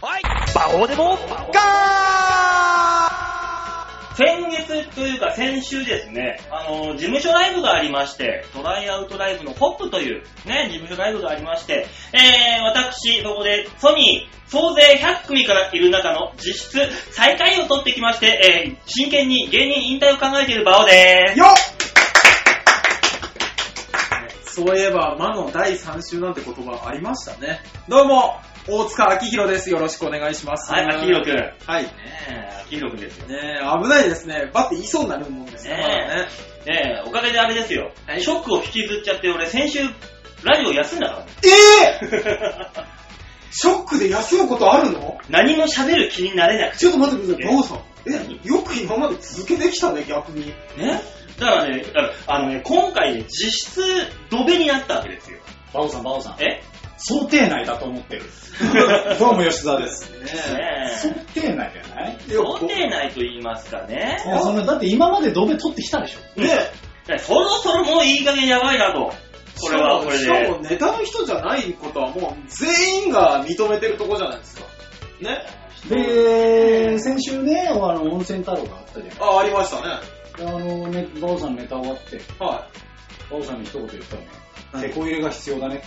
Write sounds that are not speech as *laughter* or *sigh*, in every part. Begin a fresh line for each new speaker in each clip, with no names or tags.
こうでも
先月というか先週ですね、あの、事務所ライブがありまして、トライアウトライブのホップというね、事務所ライブがありまして、えー、私、そこでソニー、総勢100組からいる中の実質最下位を取ってきまして、えー、真剣に芸人引退を考えている場をでーす。
よそういえば、魔の第3週なんて言葉ありましたね。どうも、大塚明宏です。よろしくお願いします。
はい、秋広くん。ね
はい。ね
え、秋広くんですよ。
え、危ないですね。バッて言いそうになるもんですね。
ねえ
まだね
ねえ、おかげであれですよ、ショックを引きずっちゃって、俺先週、ラジオ休んだからね。
えー、
*laughs*
ショックで休むことあるの
何も喋る気になれなくて
ちょっと待ってください、
え
馬王さん。え、よく今まで続けてきたね、逆に。
ね。だからね、だからあのね、今回ね、実質、ドベになったわけですよ。
バオさん、バオさん。
*laughs* え
想定内だと思 *laughs* ってる。どうも吉沢です。
ね
ね
想定内じゃない
え。想定内と言いますかね。
いやそんなだって今までドベ取ってきたでしょ。
え。ねえ
ねそろそろもういい加減やばいなと。これはこれ
しかも
で。
ネタの人じゃないことはもう全員が認めてるとこじゃないですか。ね。
で、先週ね、あの、温泉太郎があったじゃ
あ、ありましたね。
ん。あの、ね、バオさんネタ終わって、
は
バオさんに一言言ったのね。
は
手
い
こ入れが必要だね。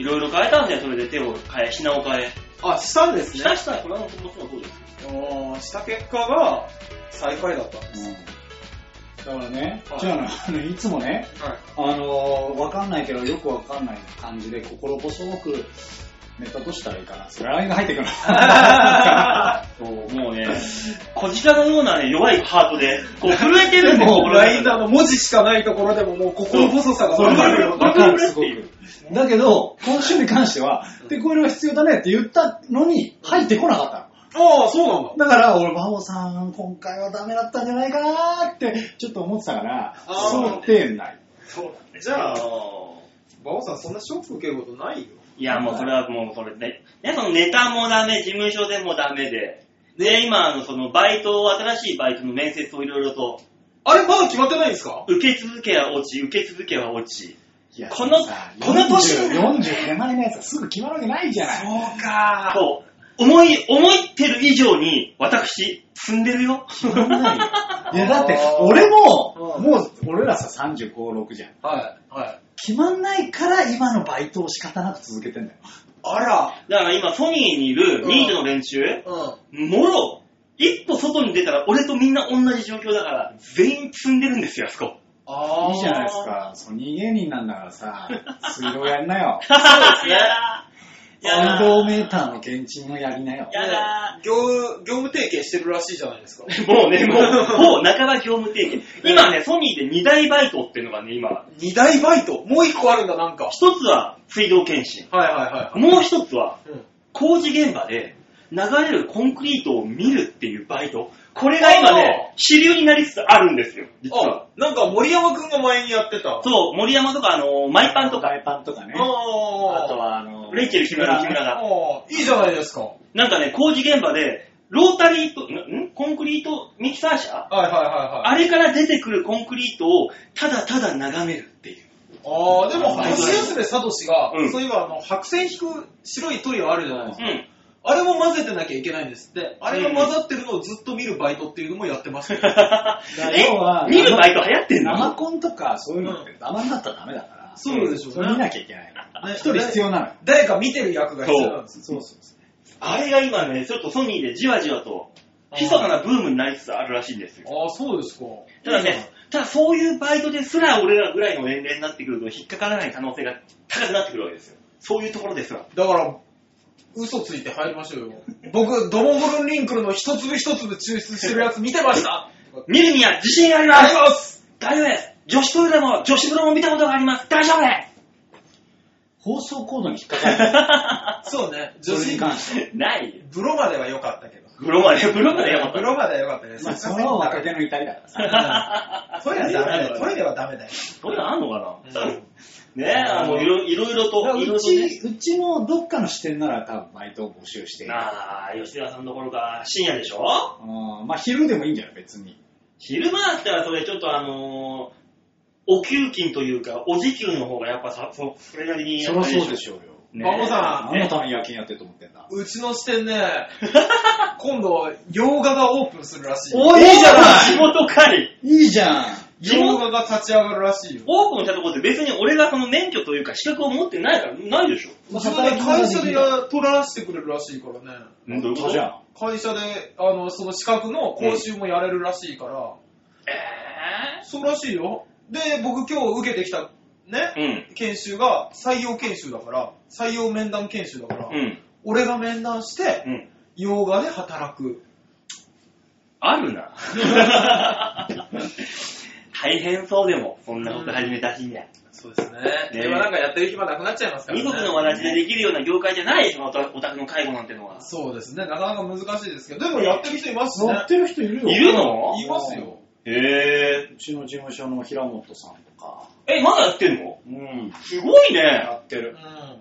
い。
いろいろ変えたんだよ、それで手を変え、品を変え。
*laughs* あ、したんです
し
ね。
たしたこれはもちろんそうですよ。
おーした結果が最下位だったんで
だからね
は、い
じゃあ、あの、いつもね、
す。はい。
あの、わかんないけど、よくわかんない感じで、心細く、ネタとしたらいいかな。それ、ラインが入ってくる。
そう、もうね、小鹿のようなね、弱いハートで、こう震えてるんで、
もう
心の中
ラインダーの文字しかないところでももう心細さが
わ
分か
か
る
る
よ
よ、
うな
わかる、すごく。だけど、今週に関しては、で、これは必要だねって言ったのに、入ってこなかったの。
ああ、そうなん
だ
だ。
から、俺、馬王さん、今回はダメだったんじゃないかなって、ちょっと思ってたから
あー、
想定内。
そうじゃあ、馬王さんそんなショック受けることないよ。
いや、もうそれはもうそれね。ね、そのネタもダメ、事務所でもダメで。で、今、あの、そのバイトを、新しいバイトの面接をいろいろと、
あれまだ決まってないんですか
受け続けは落ち、受け続けは落ち。
いや
この
さ
この年
40 40手前のやつはすぐ決まるわけないじゃない。
うか
そう、思い、思ってる以上に、私、積んでるよ。
決まんないよいや、だって
あ、ー
俺も、
うん
もう、俺らさ、35、6じゃん。
はい。はい。
決まんないから、今のバイトを仕方なく続けてんだよ。
あら。
だから今、ソニーにいる、
うん
ニートの連中、
うん。
もろ、一歩外に出たら、俺とみんな同じ状況だから、全員積んでるんですよ、あそこ。
ああ。
いいじゃないです。か。ソニー芸人なんだからさ、水道やりなよ。
そうです
ね
*laughs* やだーやだ
水道メーターの検知もやりなよ。
やだ
業務、業務提携してるらしいじゃないですか。
ー *laughs* もうね、もう、もう半ば業務提携。今ね、ソニーで2大バイトっていうのがね、今、
二大バイト。もう一個あるんだ、なんか。
一つは水道検診、
はいはいは。
もう一つはい
うん。
工事現場で流れるコンクリートを見るっていうバイト。これが今ね、主流になりつつあるんですよ、実は。
あ、なんか森山くんが前にやってた。あ
そう、森山とか、あの、マイパンとか、
イパンとかね。あ
あ
とは、あの、
レイチェル木村木村が。
ああいいじゃないですか。はい
なんかね、工事現場で、ロータリーと、んんコンクリートミキサー車
はいはいはい。
あれから出てくるコンクリートをただただ眺めるっていう。
ああ、でも、ハスヤスベサトシが、
うん
そういえばあの、白線引く白い塗料あるじゃないです
う
か。
ん。 *laughs*
あれも混ぜてなきゃいけないんですって。あれが混ざってるのをずっと見るバイトっていうのもやってましたよ。
え
要は
見るバイト流行ってん
生
の
コンとかそういうのって生になったらダメだから。
そうでしょうね
それ見なきゃいけないの。
ね
一人必要なのよ。
誰か見てる役が必要なんですよ。
そうそうそう。
あれが今ね、ちょっとソニーでじわじわと、
あー
密かなブームになりつつあるらしいんですよ。
ああ、そうですか。
ただね、ただそういうバイトですら俺らぐらいの年齢になってくると引っかからない可能性が高くなってくるわけですよ。そういうところですわ。
だから、嘘ついて入りましょうよ。僕、ドモブルンリンクルの一粒一粒抽出してるやつ見てました。
見るには自信があります大丈夫です女子トイレも女子風呂も見たことがあります大丈夫です
放送コードに引っかかる。
そうね、
そ
女
れに
子、
関して。
ないよ。
ブロまでは良かったけど。
風呂まで、風呂までやばか
ブ
った。
ロまでは良かったです。
まあ、それは若手の至りだからさ。
トイレはダメだよ。トイレはダメだよ。
トイレあんのかな、
うん
ねえ、あの、いろいろいろと、いろ
う
いろね。
ち、うちのどっかの視点なら多分バイトを募集している。
ああ、吉田さんどころか、深夜でしょ
うんまあ、昼でもいいんじゃない別に。
昼間だったらそれちょっとあのーお給金というか、お時給の方がやっぱさ、そそれなりにやっぱり
しょうよ。
ね
馬王さ
何のために夜勤やってると思ってんだ。
うちの支店ね、
*laughs*
今度、洋画がオープンするらしい。
おいいじゃない
仕事かい
いいじゃん。
洋画が立ち上がるらしいよ。
オープンしたところで別に俺がその免許というか資格を持ってないから、ないでしょ。
うちはね、会社でや取らせてくれるらしいからね。
どういうこと
じゃん。
会社で、あの、その資格の講習もやれるらしいから、
え
そうらしいよ。で、僕今日受けてきた、ね、
ー
研修が採用研修だから、採用面談研修だから、
うん。うん。
俺が面談して、
うん。
洋画で働く。
ある *laughs* な。大変そうでも、そんなこと始めた日には。
そうですね。
ね
今なんかやってる暇なくなっちゃいますから
二
ね。
国の私でできるような業界じゃないでしょ、おたお宅の介護なんてのは。
そうですね。なかなか難しいですけど、でもやってる人いますしね。
てる人いる
いるの
いますよ。
へ
うちの事務所の平本さんとか。
え。え、まだやってんの
うん。
すごいね。
やって
う
る。
ん。
あ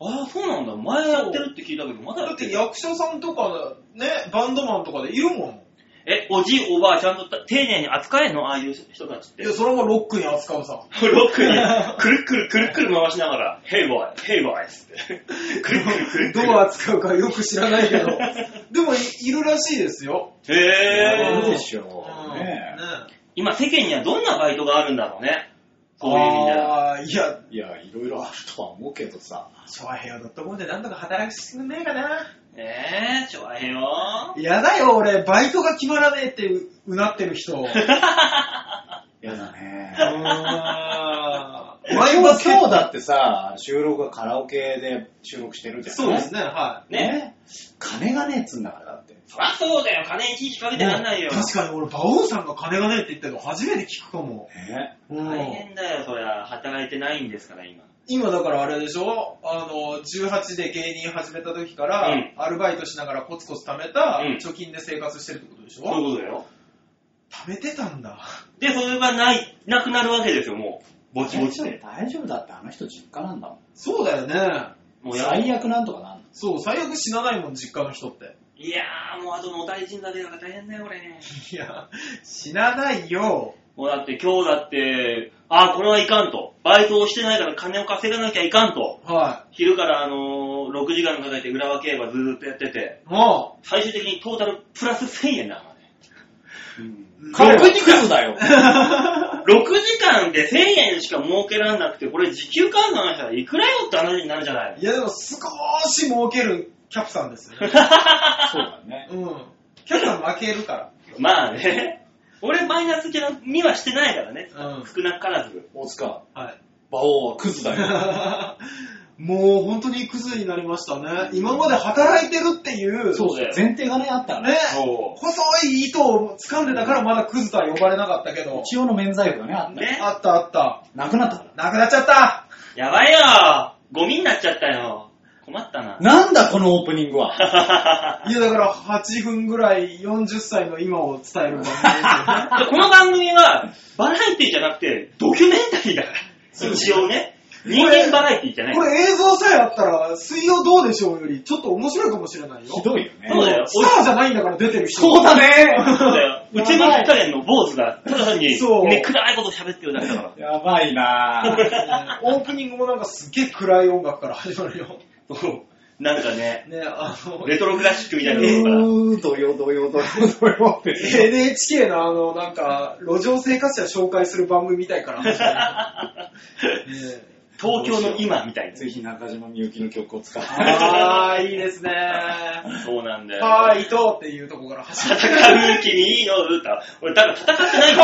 あ、そうなんだ。前やってるって聞いたけど、まだ
だ
や
っ
って
て
る。
役者さんとか、ね、バンドマンとかでいるもん。
え、おじい、おばあ、ちゃんとた丁寧に扱えんのああいう人たちって
いや、。それもロックに扱うさ。
ロック *laughs* に、くるっくるくるっくる回しながら、ヘイボーイ、ヘイボーイっつ *laughs* って。くるっくるくるっく
どう
る。
扱うかよく知らないけ *laughs* ど。でもい、いるらしいですよ。
へ
や
ー
るでしょ。
うん
ね
今世間にはどんなバイトがあるんだろうね。そういう意味では。
ああ、いや、
え。いや、いろいろあるとは思うけどさ。
ショアヘアドットコムでなんとか働くしかねえかな。
えー、ちょわへよ
やだよ、俺、バイトが決まらねえってううなってる人。うーん。
やだね。
バ
前
イト
は
が
今日だってさ、収録がカラオケで収録してるじゃん。
そうですね、は
ね
ね。金がねえっつうんだからだって。
そらそうだよ、金いちいちかけ
い。
てらんないよ。
確かに俺、馬王さんが金がねえって言ったの初めて聞くかも。
ね
うん
大変だよ、そりゃ。働いてないんですから、今。
今だからあれでしょあの、18で芸人始めた時から、
うん
アルバイトしながらコツコツ貯めた
うん
貯金で生活してるってことでしょ、
そういうことだよ。
貯めてたんだ。
で、それがない、なくなるわけですよ、もう。ぼちぼちで。
大丈夫だってあの人実家なんだもん。
そうだよね。
もうや
最悪なんとかなんの。
そう、最悪死なないもん、実家の人って。
いやー、もうあとの大臣だけだから大変だよ、これね。
いや、死なないよ。
もうだって今日だって、あー、これはいかんと。バイトをしてないから金を稼がなきゃいかんと。
は
昼からあのー、6時間かけて浦和競馬ずーっとやってて、
い。も
最終的にトータルプラス1000円だからね。
うん、
彼はクズだよ。
6時間で1000円しか儲けらんなくて、これ時給換算したらいくらよって話になるじゃないう
いやでも少し儲けるキャプさんですよね。
*laughs* そうだね。
うん。キャプさん負けるか
まあね。俺マイナスにはしてないからね。
ら。うん。
少なからず。
大塚、
はい。 *laughs*
馬王はクズだ *laughs* よ。
もう本当にクズになりましたね。今まで働いてるっていう、
そうだよ
前提がね、あったから
ね
ね。、
そ
細い糸を掴んでたからまだクズとは呼ばれなかったけど、
一応の免罪符がね、あった。
ね
あったあった。
なくなったか
なくなっちゃった
う。やばいよゴミになっちゃったよ。困ったな
ら。。なんだこのオープニングは。
いやだから8分ぐらい40歳の今を伝える番組ですよね
でこの番組は、バラエティじゃなくて、ドキュメンタリーだから。一応ね。人間バラエティじゃ *laughs* ない
こ。れ映像さえあったら、水曜どうでしょうよりちょっと面白いかもしれない
*laughs*
よ。
ひどいよね。
そうだよ
スターじゃないんだから出てる人。
そうだね。
そうだよ。うちの火加減の坊主が、ただ単に、
そう
ね、暗いこと喋ってるだけだか
*laughs*
ら。
やばいなぁ。
オープニングもなんかすっげえ暗い音楽から始まるよ。
そうなんかね、
ね、あの、
レトロクラシックみたいなのが
うー、どよどよどよどよって。 *laughs*
NHK のあの、なんか、路上生活者紹介する番組みたいから *laughs* 始まる。ねえ
東京の今みたいな。
ぜひ中島みゆきの曲を使って。
あー、いいですね。
そうなんだよ。
はーい、とっていうとこから走る。
戦う気にいいの歌。俺、だから戦ってない
*laughs*
か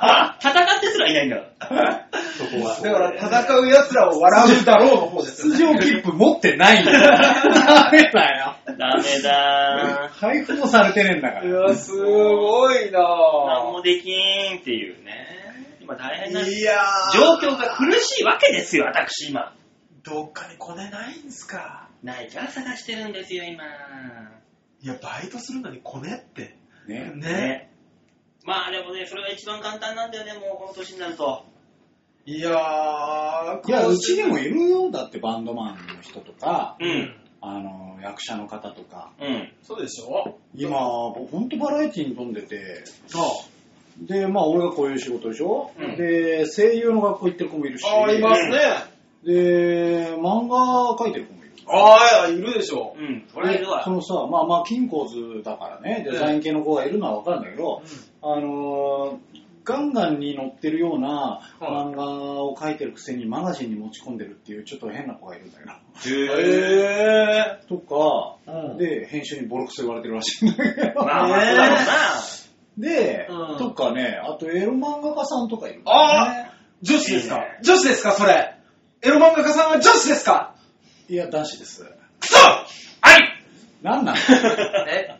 ら。戦ってすらいないんだから。そこは。
だから、戦う奴らを笑うだろうの方ですよ
出場切符持ってないんだよ。ダメだよ。
ダメだ
配布もされてねえんだか
い
ら。
や、すご
ー。
いな
なん
ぁ
も。できーんっていうね。今大変なんです
いやー。
状況が苦しいわけですよ、私今。
どっかにコネないんすか。
ないから探してるんですよ、今。
いや、バイトするのにコネって。
ね。
ね。
まあでもね、それが一番簡単なんだよね、もうこの年になると。
いやー、
いや、うちでもいるよ。だってバンドマンの人とか、
うん。
あの、役者の方とか。
うん。
そうでしょ
今、ほんとバラエティに富んでて、
そう。
で、まあ俺がこういう仕事でしょ、
うん
で、声優の学校行ってる子もいるし、
あー、いますね。
で、漫画描いてる子もいる。
ああ、いるでしょ。
うん、トライアル
でそ
は、
のさ、まあまあ、金庫図だからね、デザイン系の子がいるのはわかるんだけど、あのーガンガンに載ってるような漫画を描いてるくせにマガジンに持ち込んでるっていうちょっと変な子がいるんだけ
へぇ
へ
ど。と
ぇー。
か、で、編集にボロクソ言われてるらしいんだけど。
まあ、まあ、そうだろう
*laughs*
な。
で、
うん
とかね、あとエロ漫画家さんとかいる、ね。
あ女子ですか
いいね
女子ですかそれ。エロ漫画家さんは女子ですか
いや、男子です。
くそ
あり
なん *laughs* なん
え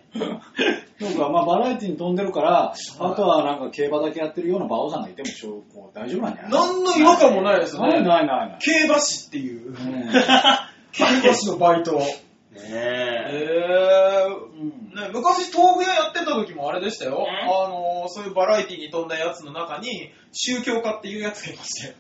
なんか、まあ、バラエティに飛んでるから、あとはなんか競馬だけやってるような馬王さんがいても、しょうこう大丈夫なんじゃない
何の違和感もないですよ
ない
ね。
ないないない。
競馬士っていう。競馬士のバイト。
*laughs* ねえ。
へー。
うん
ね、昔豆腐屋やってた時もあれでしたよ。
ん
あのー、そういうバラエティに飛んだやつの中に、宗教家っていうやつがいまして。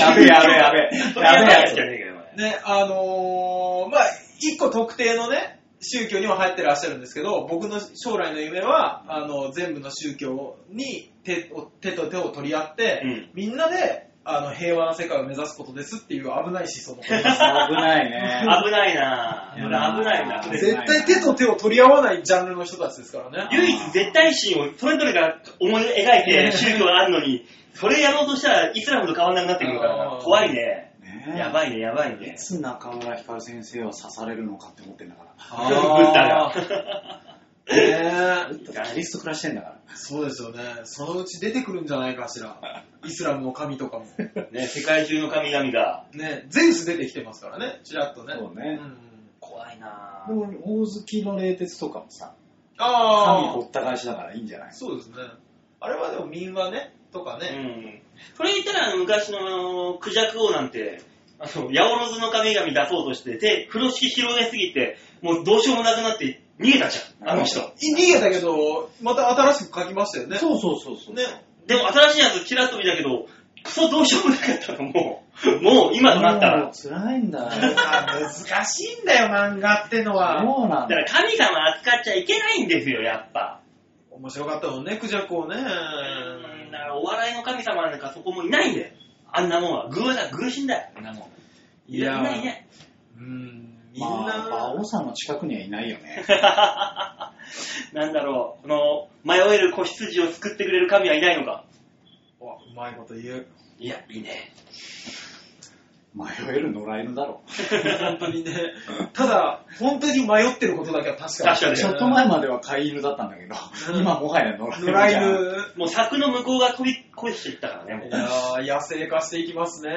やべえやべえやべえ。
トライ
や
アル
べえ
はや
やべ
つじゃ
え。
ねえけど、こ
ね、あのーまあ、一個特定のね、宗教には入ってらっしゃるんですけど、僕の将来の夢は、あの、全部の宗教に手を手と手を取り合って、
うん
みんなで、あの、平和な世界を目指すことですっていう危ない思想のことで
危
す。
ない
*laughs*
ね。
れ危ないな
う
ぁ。
ん
これ危ないな。こ *laughs* れ
絶対手と手を取り合わないジャンルの人たちですからね。
唯一絶対心をそれぞれが思い描いて宗教があるのに、それやろうとしたらイスラムと変わんなくなってくるから
あ
な
ー
怖いね。
ねえ
やばいね、やばいね
い。つ中村光先生は刺されるのかって思ってんだから。
ブッダが。 *laughs*
ねえ
キリスト暮らしてんだから。
そうですよね。そのうち出てくるんじゃないかしら。 *laughs* イスラムの神とかも。
ね、世界中の神々が。
ね、ゼウス出てきてますからね、ちらっとね。
そう
う
ね。
ん
怖いな
でも、大月の冷徹とかもさ、神
あ
ほった返しだからいいんじゃな
あ、
い
そうですね。あれはでも民話ね、とか
う
ね。
ん。それ言ったら、あの昔のあのクジャク王なんて、あの、ヤオロズの神々出そうとして、手、風呂敷広げすぎて、もうどうしようもなくなって逃げたじゃん、あの人。
い逃げたけど、また新しく書きましたよね。
そうそうそうそう。
ね。
でも新しいやつちらっと見たけど、クソどうしようもなかったの、もう。もう今となったら
もう。辛いんだよ。
難しいんだよ、漫画ってのは。
そうなん
だか
だ。
ら神様扱っちゃいけないんですよ、やっぱ。
面白かったもんね、クジャクをね。
うん、だからお笑いの神様なんかそこもいないんだよ。あんなもんは。偶だ、偶神だよ。あんなもん。いや、いないね。 *laughs*
うん、みん
ま
な、
あ、馬王さんの近くにはいないよ *laughs* ね。
なんだろう、この、迷える子羊を救ってくれる神はいないのか。
わうまいこと言う。
いや、いいね。
迷える野良犬だろ。
本当にね。ただ、本当に迷ってることだけは確か
確かに
ちょっと前までは飼い犬だったんだけど、
うん
今もはや野良犬じ
野
ゃん。
良犬。
*laughs* もう柵の向こうが飛び越していったからね、も。
いうやー、野生化していきますね。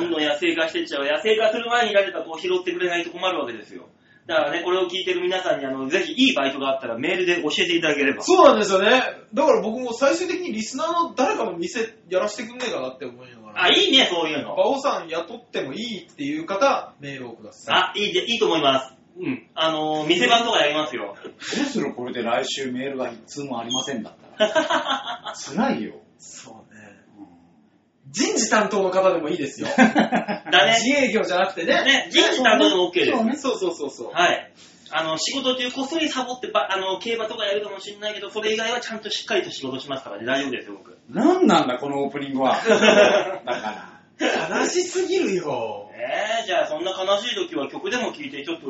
どんどん野生化してっちゃう。野生化する前に誰かこう拾ってくれないと困るわけですよ。だからね、これを聞いてる皆さんに、あの、ぜひいいバイトがあったらメールで教えていただければ。
そうなんですよね。だから僕も最終的にリスナーの誰かの店やらせてくんねえかなって思いながら。
あ、いいね、そういうの。
馬王さん雇ってもいいっていう方、メールをください。
あ、いいで、いいと思います。うん。あのー、店番とかやります *laughs* よ。
どうするこれで来週メールが一通もありませんだったら。
*laughs*
辛いよ。
そうね。
うん
人事担当の方でもいいですよ。
*laughs* だね。
自営業じゃなくてね。
ね、人事担当でも OK です
そう。ね
そうそうそうそう。
はい。あの、仕事中こっそりサボってば、あの、競馬とかやるかもしれないけど、それ以外はちゃんとしっかりと仕事しますからね、大丈夫ですよ、僕。
なんなんだ、このオープニング
*laughs*
は。だから。
悲しすぎるよ。
えー、じゃあそんな悲しい時は曲でも聴いて、ちょっと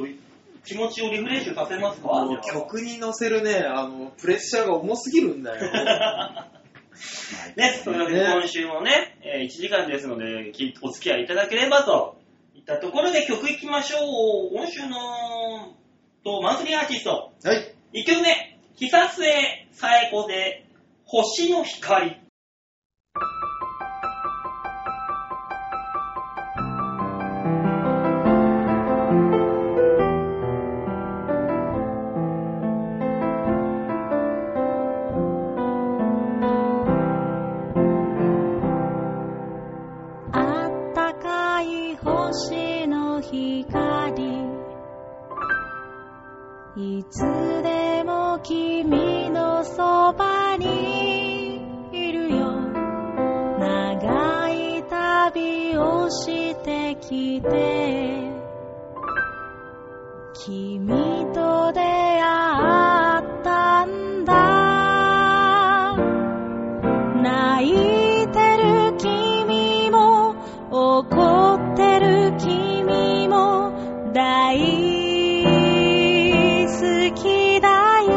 気持ちをリフレッシュさせますか
もう曲に乗せるね、あの、プレッシャーが重すぎる
*laughs*
んだよ。
ね、というわけで今週もね、えー1時間ですので、きお付き合いいただければと。いったところで曲いきましょう。今週の、と、マンスリーアーティスト。
はい。
1曲目、久末さえ子で、星の光。
あったかい星の光いつでも君のそばにいるよ長い旅をしてきて君と出会ったんだ泣いてる君も怒ってる君も大好きだよ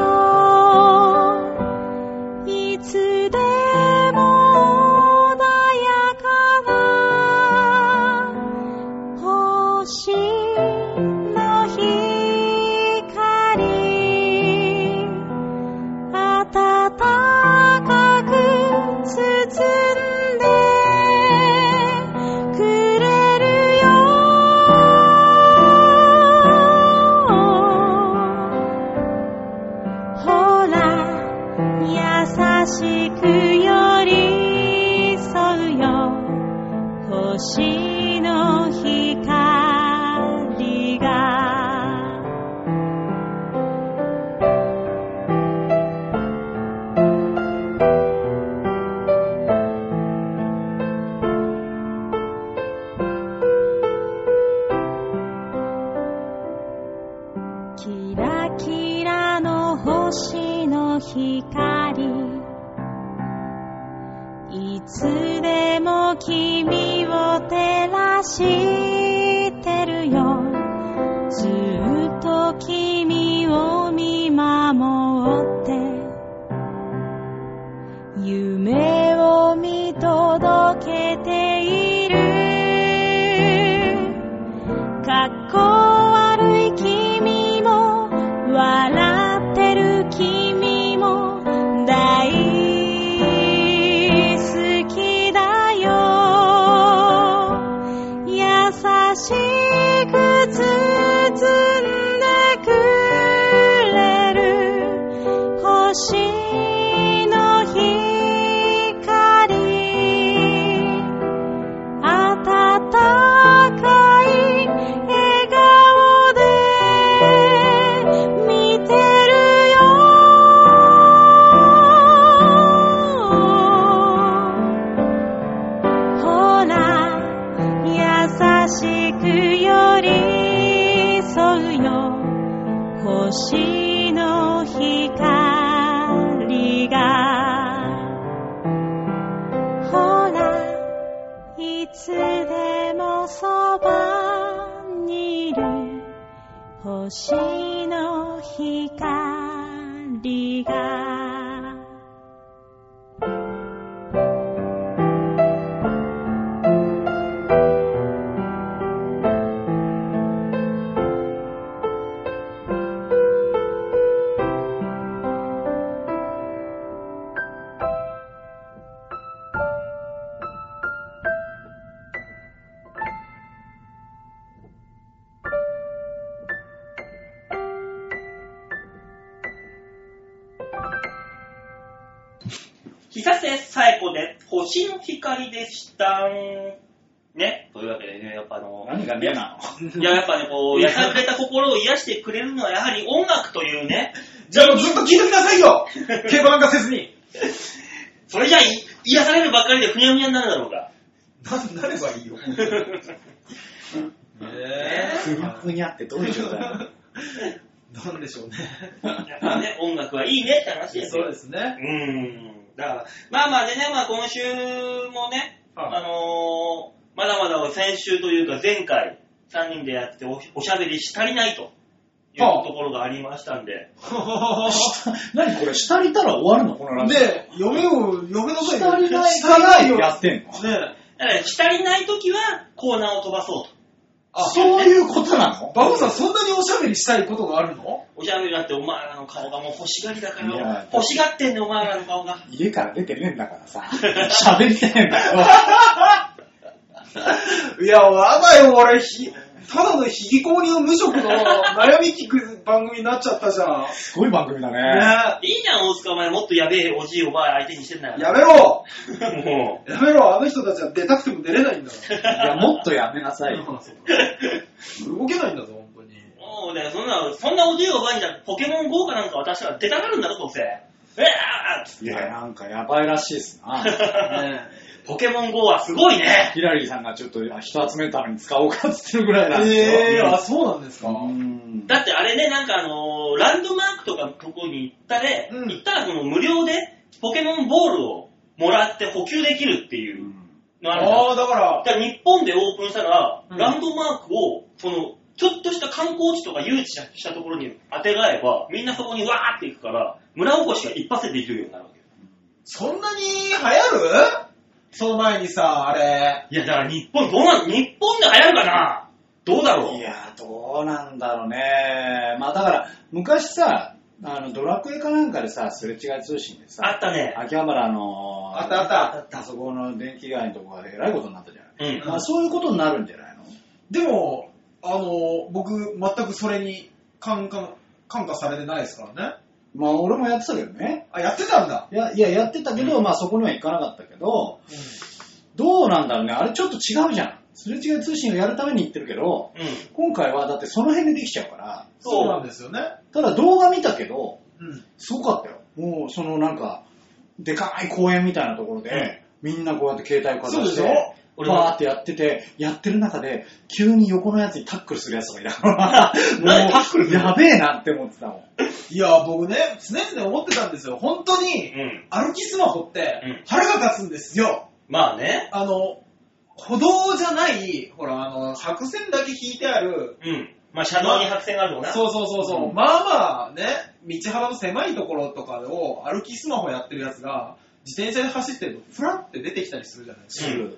いつでも穏やかな星の光暖かく包んでくれるよほら優しく寄り添うよ星の光がキラキラの星の光いつでも君を照らしてるよずっと君を見守って夢を見届けている格好悪い君も笑ってる君も大好きだよ優しく包んでくれる星の光温かい笑顔で見てるよほら優しく寄り添うよ星の光がほらいつでもそばにいる星の光が
久瀬さえ子で星の光でした。ね。というわけでね、やっぱあの、
何が目なの
いや、やっぱね、こう、やさぐれた心を癒してくれるのは、やはり音楽というね。
じゃあもうずっと聞いときなさいよ競馬なんかせずに。
それじゃあ、い癒されるばっかりでふにゃふにゃになるだろうが。
な、なればいいよ。ね
ふ
*laughs*
にゃふにゃってどういう状態なの
なんでしょうね。
やっぱね、音楽はいいねって話ですよ。
そうですね。
うん。だから、まあまあでね、まあ今週もね、
はい
あのーまだまだ先週というか前回、3人でやっておおしゃべりし足りないという
はあ
ところがありましたんで、
何これ、下りたら終わるのこのラジオ。
で、嫁を、嫁の声
下りない、
下りないよ。
やってんの
ね
だから、し足りないときはコーナーを飛ばそうと。
あ
そういうことなの
バオさん、そんなにおしゃべりしたいことがあるの
おしゃべりだってお前らの顔がもう欲しがりだか
い
ら
や、
欲しがってんねお前らの顔が。
家から出てねえんだからさ、喋りたいんだ
*laughs*
よ。
いや、やばいよ、俺、ひ、ただの非公認の無職の悩み聞く番組になっちゃったじゃん。
すごい番組だね。
ね
いいじゃん、大塚お前。もっとやべえおじいおばあ相手にしてんだ
や
よ。
めろ
も
やめろあの人たちは出たくても出れないんだか
いや、もっとやめなさい
ら。
よ。
動けないんだぞ、本当
う、
に。
*laughs* もうね、そんな、そんなおじいおばあにだってポケモン GO かなんか渡したら出たがるんだろ、どうせ。えーっつっ
い
て
や、なんかやばいらしいっすな。
ね
ポケモン GO はすごいね。
ヒラリーさんがちょっとあ人集めるために使おうかっつってるぐらいなんですよ。
えー、あ、そうなんですか。
うん
だってあれね、なんかあのーランドマークとかのとこに行ったで、
うん
行ったらこの無料でポケモンボールをもらって補給できるっていう。のあるじゃん
ああ、だから、
だから日本でオープンしたら、
うん
ランドマークを、その、ちょっとした観光地とか誘致したところに当てがえば、みんなそこにわーって行くから、村おこしが一発でできるようになるわけよ。
そんなに流行るその前にさ、あれ。
いや、だから日本、どうなん、日本で流行るかなどうだろう
いや、どうなんだろうね。まあだから、昔さ、あの、ドラクエかなんかでさ、すれ違い通信で
あ
さ、
ったね。
秋葉原の、
あったあった
あった、そこの電気街のとこがえらいことになったじゃない。
うん。
まあそういうことになるんじゃないの
でも、あの、僕、全くそれに感化、感化されてないですからね。
まあ俺もやってたけどね。
あ、やってたんだ。
いや、いや、やってたけど、
うん
まあそこには行かなかったけど、どうなんだろうね。あれちょっと違うじゃん。すれ違い通信をやるために行ってるけど、
うん。
今回はだってその辺でできちゃうから、
そうなんですよね。
ただ動画見たけど、
うん。
すごかったよ。もうそのなんか、でかい公園みたいなところで、みんなこうやって携帯をかざし
そうでしてょ、
俺も
バーってやってて、やってる中で、急に横のやつにタックルするやつがいたから、
何タックルするの
やべえなって思ってたもん。
いや、僕ね、常々思ってたんですよ。本当に、
うん。
歩きスマホって
うん、
腹が立つんですよ。
まあね。
あの、歩道じゃない、ほら、あの、白線だけ引いてある、
うん。まあ、車道に白線があるのかな。
そうそうそうそう、
うん
まあまあね、道幅の狭いところとかを歩きスマホやってるやつが、自転車で走ってると、ふらって出てきたりするじゃないですか。
うん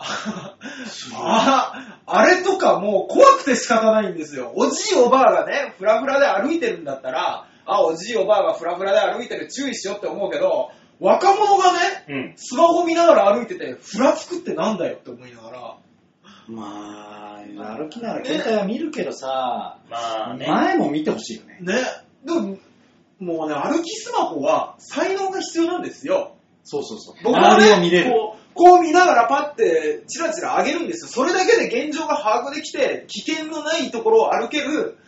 あ *laughs* あ、あれとかもう怖くて仕方ないんですよ。おじいおばあがね、ふらふらで歩いてるんだったら、あ、おじいおばあがふらふらで歩いてる注意しようって思うけど、若者がね、
うん。
スマホ見ながら歩いてて、ふらつくってなんだよって思いながら、
まあ、歩きながら携帯は見るけどさ、
まあね。
前も見てほしいよね。
ね、でも、もうね、歩きスマホは才能が必要なんですよ。
そうそうそう。
僕
周りを
は
見れ
ね、
る。
こう、こう見ながらパッて、チラチラ上げるんですよ。それだけで現状が把握できて、危険のないところを歩ける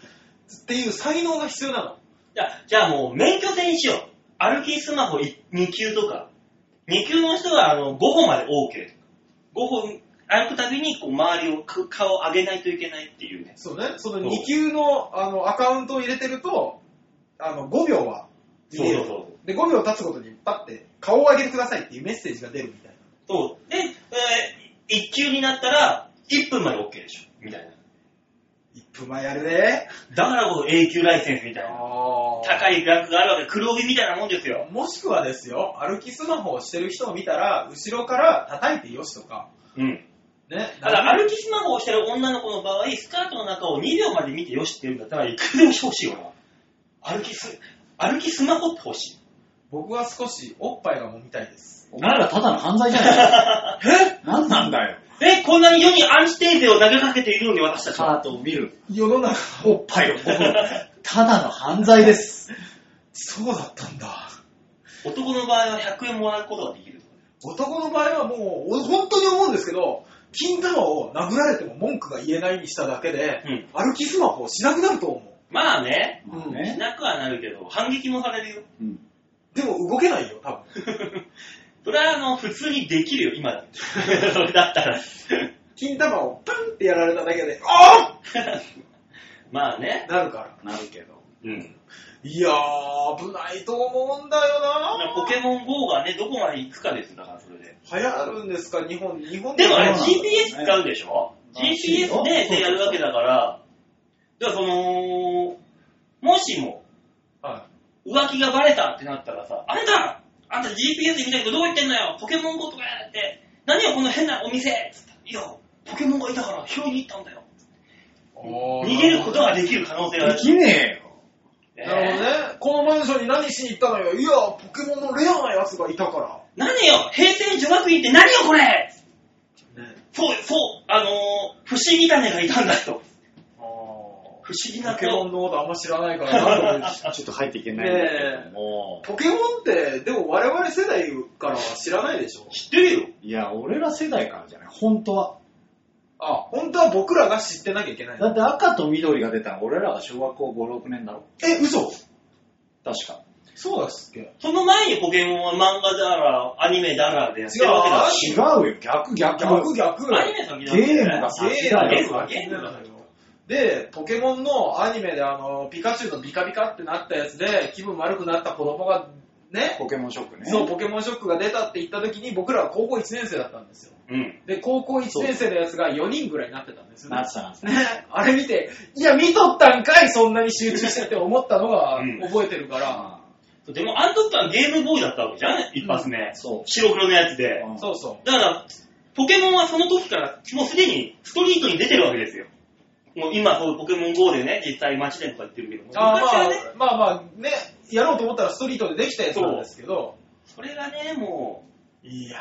っていう才能が必要なの。
じゃあ、じゃあもう免許制にしよう。歩きスマホい2級とか。2級の人はあの5歩まで OK とか。5歩歩くたびにこう周りをく顔を上げないといけないっていうね。
そうね。そ
そ
の
う
2級のあのアカウントを入れてると、あの5秒は見れる。
そう
で、5秒経つごとにパッて顔を上げてくださいっていうメッセージが出るみたいな。
そう。で、えー、1級になったら1分まで OK でしょ。みたいな。
1分前やるね。
だからこそ永久ライセンスみたいな。
あ
高いランクがあるわけで黒帯みたいなもんですよ。
もしくはですよ、歩きスマホをしてる人を見たら、後ろから叩いてよしとか、
うん。
ね。
ただ歩きスマホをしてる女の子の場合、スカートの中を2秒まで見てよしって言うんだったら、いくらでもしてほしいよな。歩きす、歩きスマホって欲しい。
僕は少しおっぱいが揉みたいです。
お前らただの犯罪じゃないえ何なんだよ。
え、こんなに世にアンチテーゼを投げかけているのに私たち
カ
は。
ートを見る。
世の中、
おっぱいを僕ただの犯罪です。
そうだったんだ。
男の場合は100円もらうことができる。
男の場合はもう、お本当に思うんですけど、金玉を殴られても文句が言えないにしただけで、
うん
歩きスマホをしなくなると思
まあね、
まあ
し
ね。
なくはなるけど、反撃もされるよ。 *laughs*
うん
う。でも動けないよ、多分。
それはあの、普通にできるよ、今 *laughs* だって。それだったら。 *laughs*
金玉をパンってやられただけで、ああ
まあね。
なるから。
なるけど。
うん。
いやー、危ないと思うんだよな
ポケモン GO がね、どこまで行くかです、だからそれで。
流行るんですか、日本。日本
でもあれ
そうなんだ
GPS 使うでしょ
ね
?GPS ででやるわけだから、だからその、もしも
は
浮気がバレたってなったらさ、あれだあんた GPS 見たけどどこ行ってんだよポケモン GO とかやって、何よこの変なお店つったらいや、ポケモンがいたから拾いに行ったんだよ。
い。
逃げることができる可能性があ
で
る。
きねえよ。
えー
なるほどね。このマンションに何しに行ったのよ。いや、ポケモンのレアなやつがいたか
何よ平成女学院って何よこれ
ら。ね。
そう、そう、あのー、不思議種がいたんだよ。不
あー
思議な
ポ
子
ケモンのことあんま知らないからなんとも言え *laughs* ないし
ちょっと入っていけないんだけども。
ポケモンって、でも我々世代からは知らないでしょ。
知ってるよ。
いや、俺ら世代からじゃない。本当は。
あ、本当は僕らが知ってなきゃいけない
だ。って赤と緑が出たの俺らが小学校5、6年だろ。
え、嘘
確か。
そうだっすっけ
その前にポケモンは漫画だら、アニメだらでやってるわけだし。
違うよ。逆、逆。
逆逆。
アニメ先だ
ゲームが
ゲーム
あ
ゲーム
が
がゲームなのよ
で、ポケモンのアニメであの、ピカチュウのビカビカってなったやつで気分悪くなった子供がね、
ポケモンショックね。
そう、ポケモンショックが出たって言った時に僕らは高校1年生だったんですよ。
うん。
で、高校1年生のやつが4人ぐらいになってたんですよ
な
ね
っ。てたなってた。
ね、あれ見て、いや、見とったんかい、そんなに集中してって思ったのが
うん
覚えてるから。
でも、あの時はゲームボーイだったわけじゃん一発目。
そ
白黒のやつで。
うん
そうそう。
だから、ポケモンはその時から、もうすでにストリートに出てるわけですよ。もう今、そうポケモン GO でね、実際街でとか言ってるけども、昔
あ
はね、
ーまあ、まあまあね、やろうと思ったらストリートでできたやつなんですけど。
それがね、も
いや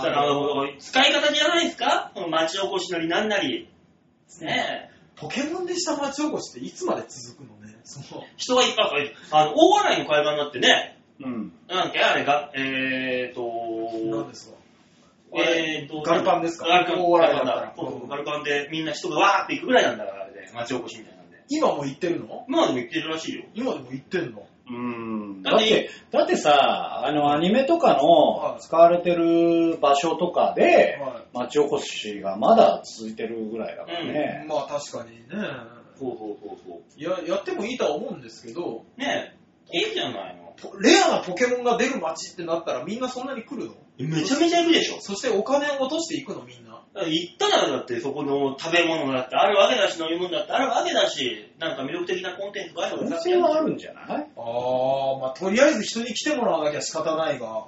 う、だから使い方じゃないですかこの町おこしなりなんなり。ねえ
ポケモンでした町おこしっていつまで続くのね。その
人がいっぱい入ってあの、大洗の海岸だってね、
うん。
なんだっけあれが、えーと
何、ですか
えーと、
ガルパンですか
ガルパン、
大洗だったら
ガルパンそうそうガルパンでみんな人がわーって行くぐらいなんだから、あれで、町おこしみたいなんで。
今も行ってるの
まあでも行ってるらしいよ。
今でも行ってんの
うん
だ
だ
っ
ってて、だってさ、あの、アニメとかの
はい
使われてる場所とかで
はい、
町おこしがまだ続いてるぐらいだからね。
まあ確かにね。
そうそうそうそう。
や、やってもいいとは思うんですけど、
ねえ、いいじゃないの。
ポレアなポケモンが出る街ってなったらみんなそんなに来るの
めちゃめちゃ行くでしょ。
そしてお金を落としていくのみんな。
行ったらだってそこの食べ物だってあるわけだし、飲み物だってあるわけだし、なんか魅力的なコンテンツがあるわけ
温
だし
泉はあるんじゃない
ああ、まあとりあえず人に来てもらわなきゃ仕方ないが。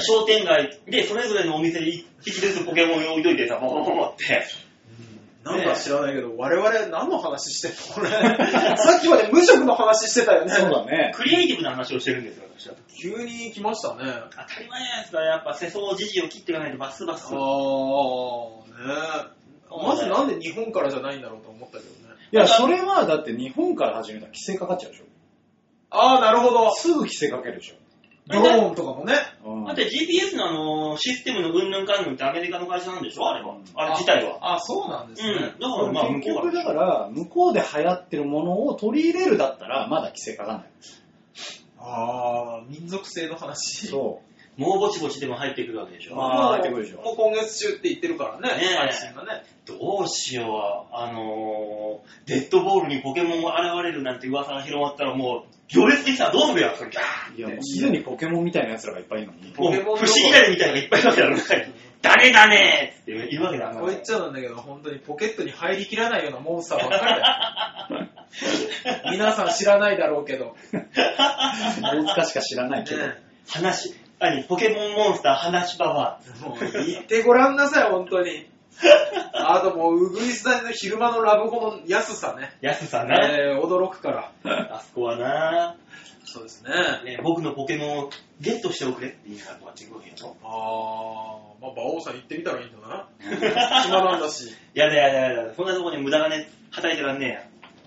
商店街でそれぞれのお店に一つずつポケモンを置いといてさ、ボコボコボコって。
なんか知らないけど、我々何の話してんのこれ。 *laughs* さっきまで無職の話してたよね。
そうだね。
クリエイティブな話をしてるんですよ、私は。
急に来ましたね。あ
当たり前じゃないですか、やっぱ世相時事を切っていかないとバスバス。
あ、ねまずなんで日本からじゃないんだろうと思ったけどね。
いや、それはだって日本から始めたら規制かかっちゃうでしょ。
ああ、なるほど。
すぐ規制かけるでし
ドローンとかもね。
ょ。うん
だって GPS のあのシステムのうんぬんかんぬんってアメリカの会社なんでしょあれは
うん。
あれ自体は。
ああ、そうなんです
う
ね
ん。。だからまあ向
結
こう
局
が
だから、向こうで流行ってるものを取り入れるだったら、まだ規制かかんない。
ああ、民族性の話。
そ
もうぼちぼちでも入ってくるわけでしょ。
まあ入ってくるでしょ
もう今月中って言ってるからね、
ねえ
配信がね。
どうしよう、あのー、デッドボールにポケモンが現れるなんて噂が広まったらもう、行列できたらどうするやつガーン
う。いや、もうすでにポケモンみたいな奴らがいっぱいいるのに。
もう
ポケモンの
不思議だねみたいなのがいっぱいいるわけだろ、中に。誰だねーっているわけだ
こう言っちゃうんだけど、本当にポケットに入りきらないようなモンスターばっかりだ
*laughs*
よ。皆さん知らないだろうけど。
大塚しか知らない
*laughs*
けど。
ね
話、何、ポケモンモンスター話しばば。
もう言ってごらんなさい、本当に。あともう、うぐいす谷の昼間のラブホの安さね。
安さな。
えー、驚くから。
あそこはな、
そうですね。
ね、僕のポケモンをゲットしておくれって言いながらこうやって行くわけよ。
あー、まあ、馬王さん行ってみたらいいんじ
*laughs*
ゃない暇なんだし。
やだやだやだ、そんなとこに無駄がね、働いてらんねえや。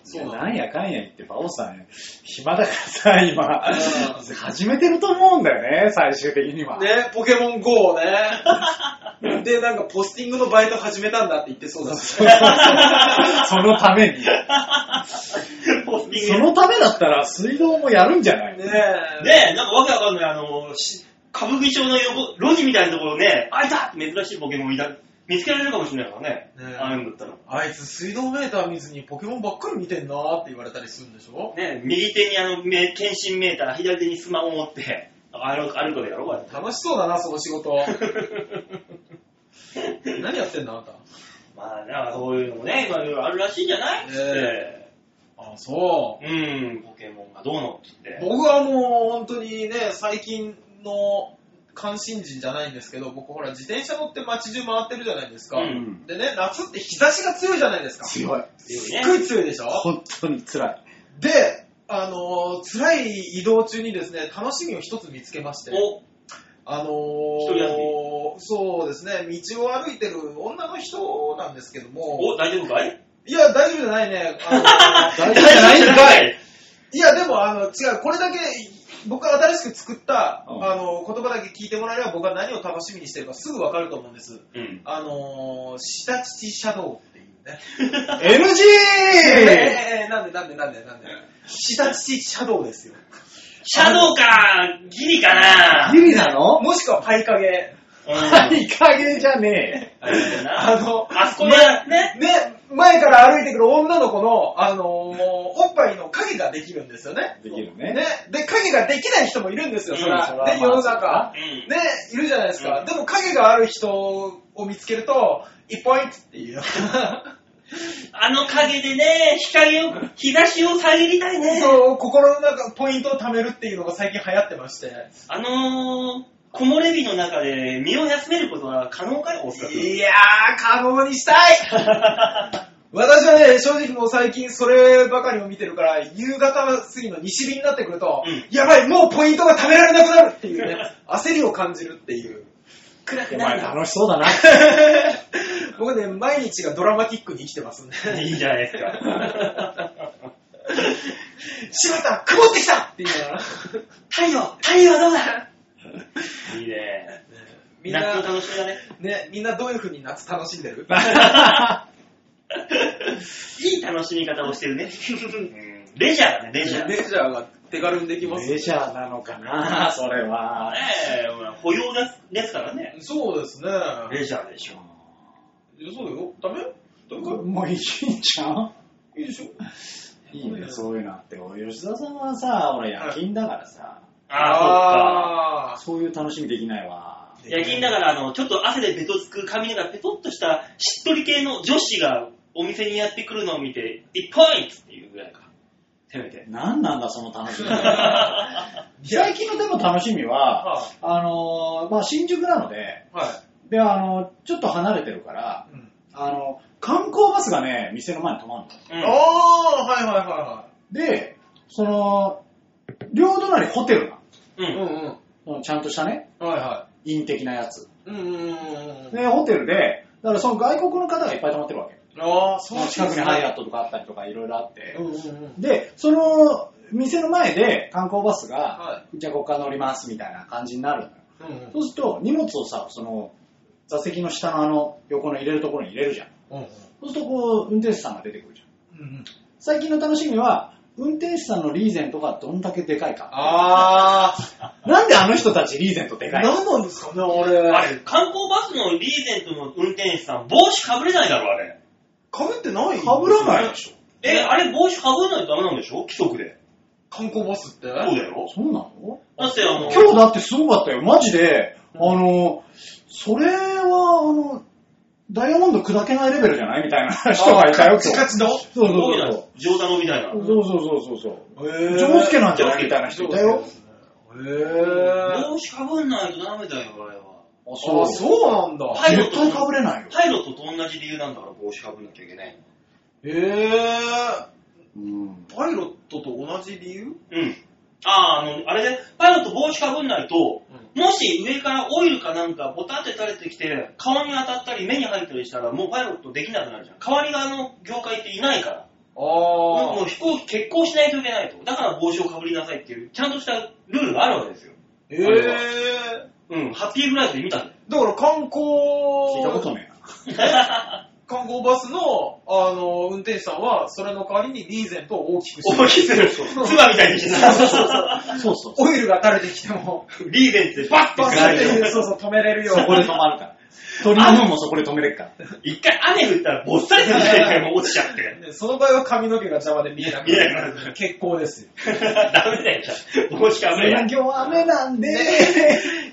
そう
な
だ
んやかんや言って、馬王さん、暇だからさ、今
うん、
始めてると思うんだよね、最終的には。
ね、ポケモン GO をね。で、なんかポスティングのバイト始めたんだって言ってそうだし。
*laughs* そのために。
ポスティング
そのためだったら水道もやるんじゃない
ね
の
え。
ねえ、なんかわけわかんない、あの、し歌舞伎町の横、路地みたいなところね、あいた珍しいポケモンいた、見つけられるかもしれないからね。
ねえ
ああいうんだったら。ね
あいつ水道メーター見ずにポケモンばっかり見てんなーって言われたりするんでしょ
え、右手にあの、め検診メーター、左手にスマホ持って、歩く、歩くわけだろ、これ。
楽しそうだな、その仕事。 *laughs* 何やってんだ、あんた。
まあ、なんかそういうのもね、まあいろいろあるらしいじゃない
ねえあ、そ
うん、ポケモンがどうのって言って。
僕はもう本当にね、最近の関心人じゃないんですけど、僕ほら自転車乗って街中回ってるじゃないですか。
うん
でね、夏って日差しが強いじゃないですか。すっ
強い。
強いね。
ごい強いでしょ
本当に辛い。
で、あのー辛い移動中にですね、楽しみを一つ見つけまして、
お、
あの
一人遊
ー、そうですね、道を歩いてる女の人なんですけども、
お、大丈夫かい
いや、大丈夫じゃないね。
*laughs*
あのー
大丈夫じゃないんかい
い
いや、でも、あの、違う、これだけ、僕が新しく作った、
うん
あの、言葉だけ聞いてもらえれば僕が何を楽しみにしてるかすぐわかると思うんです。
うん。
あのー、下乳シャドウっていうね。
*laughs* NG!
えー、なんでなんでなんでなんで。下乳シャドウですよ。
シャドウか、ギリかな。
*laughs* ギリなの
もしくはパイ影。
うん
いい加減じゃね
あれだな
あの
あそこで、ね、
ね、前からから歩いてくる女の子の、あのーおっぱいの影ができるんですよね。
できる
ね
ね。。
で、影ができない人もいるんですよ、それ
うん
それ
は。
は
で、
まあ
世の中。
うん
ね、いるじゃないですか。
うん
でも影がある人を見つけると、一ポイントっていう。
あの影でね、光を、日差しを遮りたいね。
そう、心の中、ポイントを貯めるっていうのが最近流行ってまして。
あのー、木漏れ日の中で身を休めることは可能かよ、おそらく。
いやー、可能にしたい私はね、正直もう最近そればかりを見てるから、夕方過ぎの西日になってくると、
うん
やばい、もうポイントが貯められなくなるっていうね、焦りを感じるっていう。
暗く
お
な
前
るな。
楽しそうだな。
*laughs* 僕ね、毎日がドラマティックに生きてますんで。
*laughs* *laughs* いいじゃないですか。
しまった曇ってきたって言いながら。
太陽太陽どうだいいね。
みん
夏の
な、
楽しみだね。
ね、みんなどういう風に夏楽しん
*laughs*
でる
いい楽しみ方をしてる *laughs* ね。うんレジャーだね、レジャー。ね
レジャーが手軽にできます。
レジャーなのかな、それは。
え、ほら保養ですですからね。
そうですね。
レジャーでしょ。
そうよ。ダメダメか
もういいんじゃん
いいでしょ
いいね、そういうのあって。俺吉田さんはさ、俺夜勤だからさ、
ああ、
あー、
そういう楽しみできないわ。
そっか。夜勤だから、あの、ちょっと汗でベトつく髪がペトッとしたしっとり系の女子がお店にやってくるのを見て、一本っていうぐらいか。せめて。
何なんだ、その
*laughs*
楽しみ。最近のでも楽しみは、
は
あのー、まあ、新宿なので、
い。は
で、あのー、ちょっと離れてるから、
い。うん
あの、観光バスがね、店の前に止まるの。
うん
ああ、はいはいは
で、その、両隣ホテルな
う
いはい。
ん。
んうん。
の。ちゃんとしたね、
はいは
陰的なやつ。
い。うんうんうんうん。
で、ホテルで、だからその外国の方がいっぱい泊まってるわけ。
ああ、
そ
そう
の
ですね
近くにハイアットとかあったりとかいろいろあって
う。んうんうん。
で、その店の前で観光バスが、
は
じゃあここから乗りますみたいな感じになるのよ。
うん
そうすると荷物をさ、その座席の下のあの横の入れるところに入れるじゃん。
うん。
そうするとこう運転手さんが出てくるじゃん。
うん。
最近の楽しみは、運転手さんのリーゼントがどんだけでかいか。
ああ、
なんであの人たちリーゼントでかいの
何なんですかね、あれ。
あれ、観光バスのリーゼントの運転手さん、帽子かぶれないだろ、あれ。
かぶってない
かぶらないでしょ。
え、あれ帽子かぶんないとダメなんでしょ規則で。
観光バスって
そうだよ。
そうなの
だってあの、
今日だってすごかったよ。マジで、あ
うん
の、それは、あの、ダイヤモンド砕けないレベルじゃないみたたいな人がいたよ、今日。
チカチの
そう
すごい
そ
な
うそう。
上太郎みたいな。
そうそうそうそうそう。
え
上手なんじゃないみたいな人いたよ。
えー。
帽子かぶんないとダメだよ、あれは。
あ、
あ、そうなんだ。
はい
絶対かぶれないよ。
パイロットと同じ理由なんだから帽子かぶんなきゃいけない。
えー。
うん。
パイロットと同じ理由
うん。あー、あの、あれで、パイロット帽子かぶんないと、もし上からオイルかなんかボタンって垂れてきて、顔に当たったり目に入ったりしたら、もうパイロットできなくなるじゃん。代わり側の業界っていないから。もうも
あ
う
あ。
飛行機欠航しないといけないと。だから帽子をかぶりなさいっていう、ちゃんとしたルールがあるわけですよ。
えー。
うん、ハッピーフライトで見たんだよ。
だから観光、
聞いたことねえな。
観光バスの、あの、運転手さんは、それの代わりにリーゼントを大きくして
思いっきりする。妻みたいにしてさ、
そうそう。
オイルが垂れてきて *laughs* も、
リーベンツでバッと
バ
行
ス
か
っ
れ
て
る
い
よ。
う、そうそう、止めれるよう
そ
に。
こで止まるから。鳥の糞もそこで止めれっから。
一回雨降ったらぼっさりするじゃないかよ、もう落ちちゃって。
ねその場合は髪の毛が邪魔で見えなく
見えなくなる
結構ですよ。
ダメだよ、じゃあ帽子かぶれない。
日雨なんで、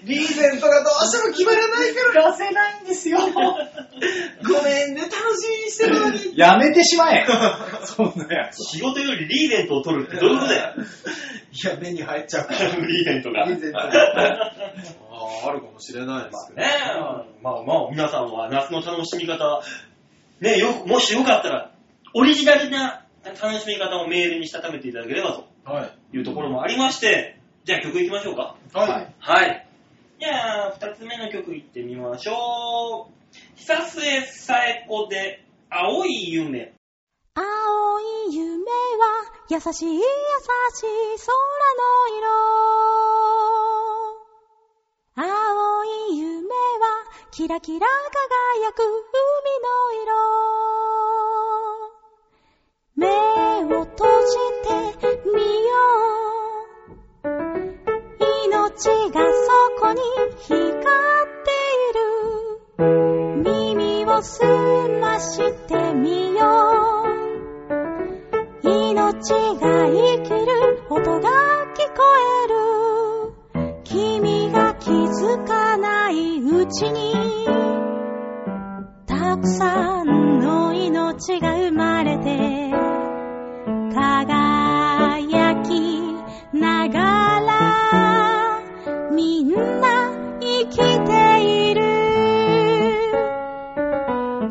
リーゼントがどうしても決まらないから、
出せないんですよ。
ごめんね、楽しみにしてるのに。
*laughs* やめてしまえ。 *laughs* そんなやつ。
*laughs* 仕事よりリーベントを取るってどういうことだよ。
いや、目に入っちゃうから。
*laughs* リーベントが。
リ
ね
ー *laughs* ゼントが。あーあるかもしれないですけど。
え、まあまあ、皆さんは夏の楽しみ方、ねえ、よく、もしよかったら、オリジナルな楽しみ方をメールにしたためていただければと
はい。
いうところもありまして、じゃあ曲いきましょうか。
はい。
はい。じゃあ、二つ目の曲いってみましょう。久末さえこで、青い夢。
青い夢は優しい優しい空の色青い夢はキラキラ輝く海の色目を閉じてみよう命がそこに光っている耳をすましてみようちにたくさんの命が生まれて輝きながらみんな生きている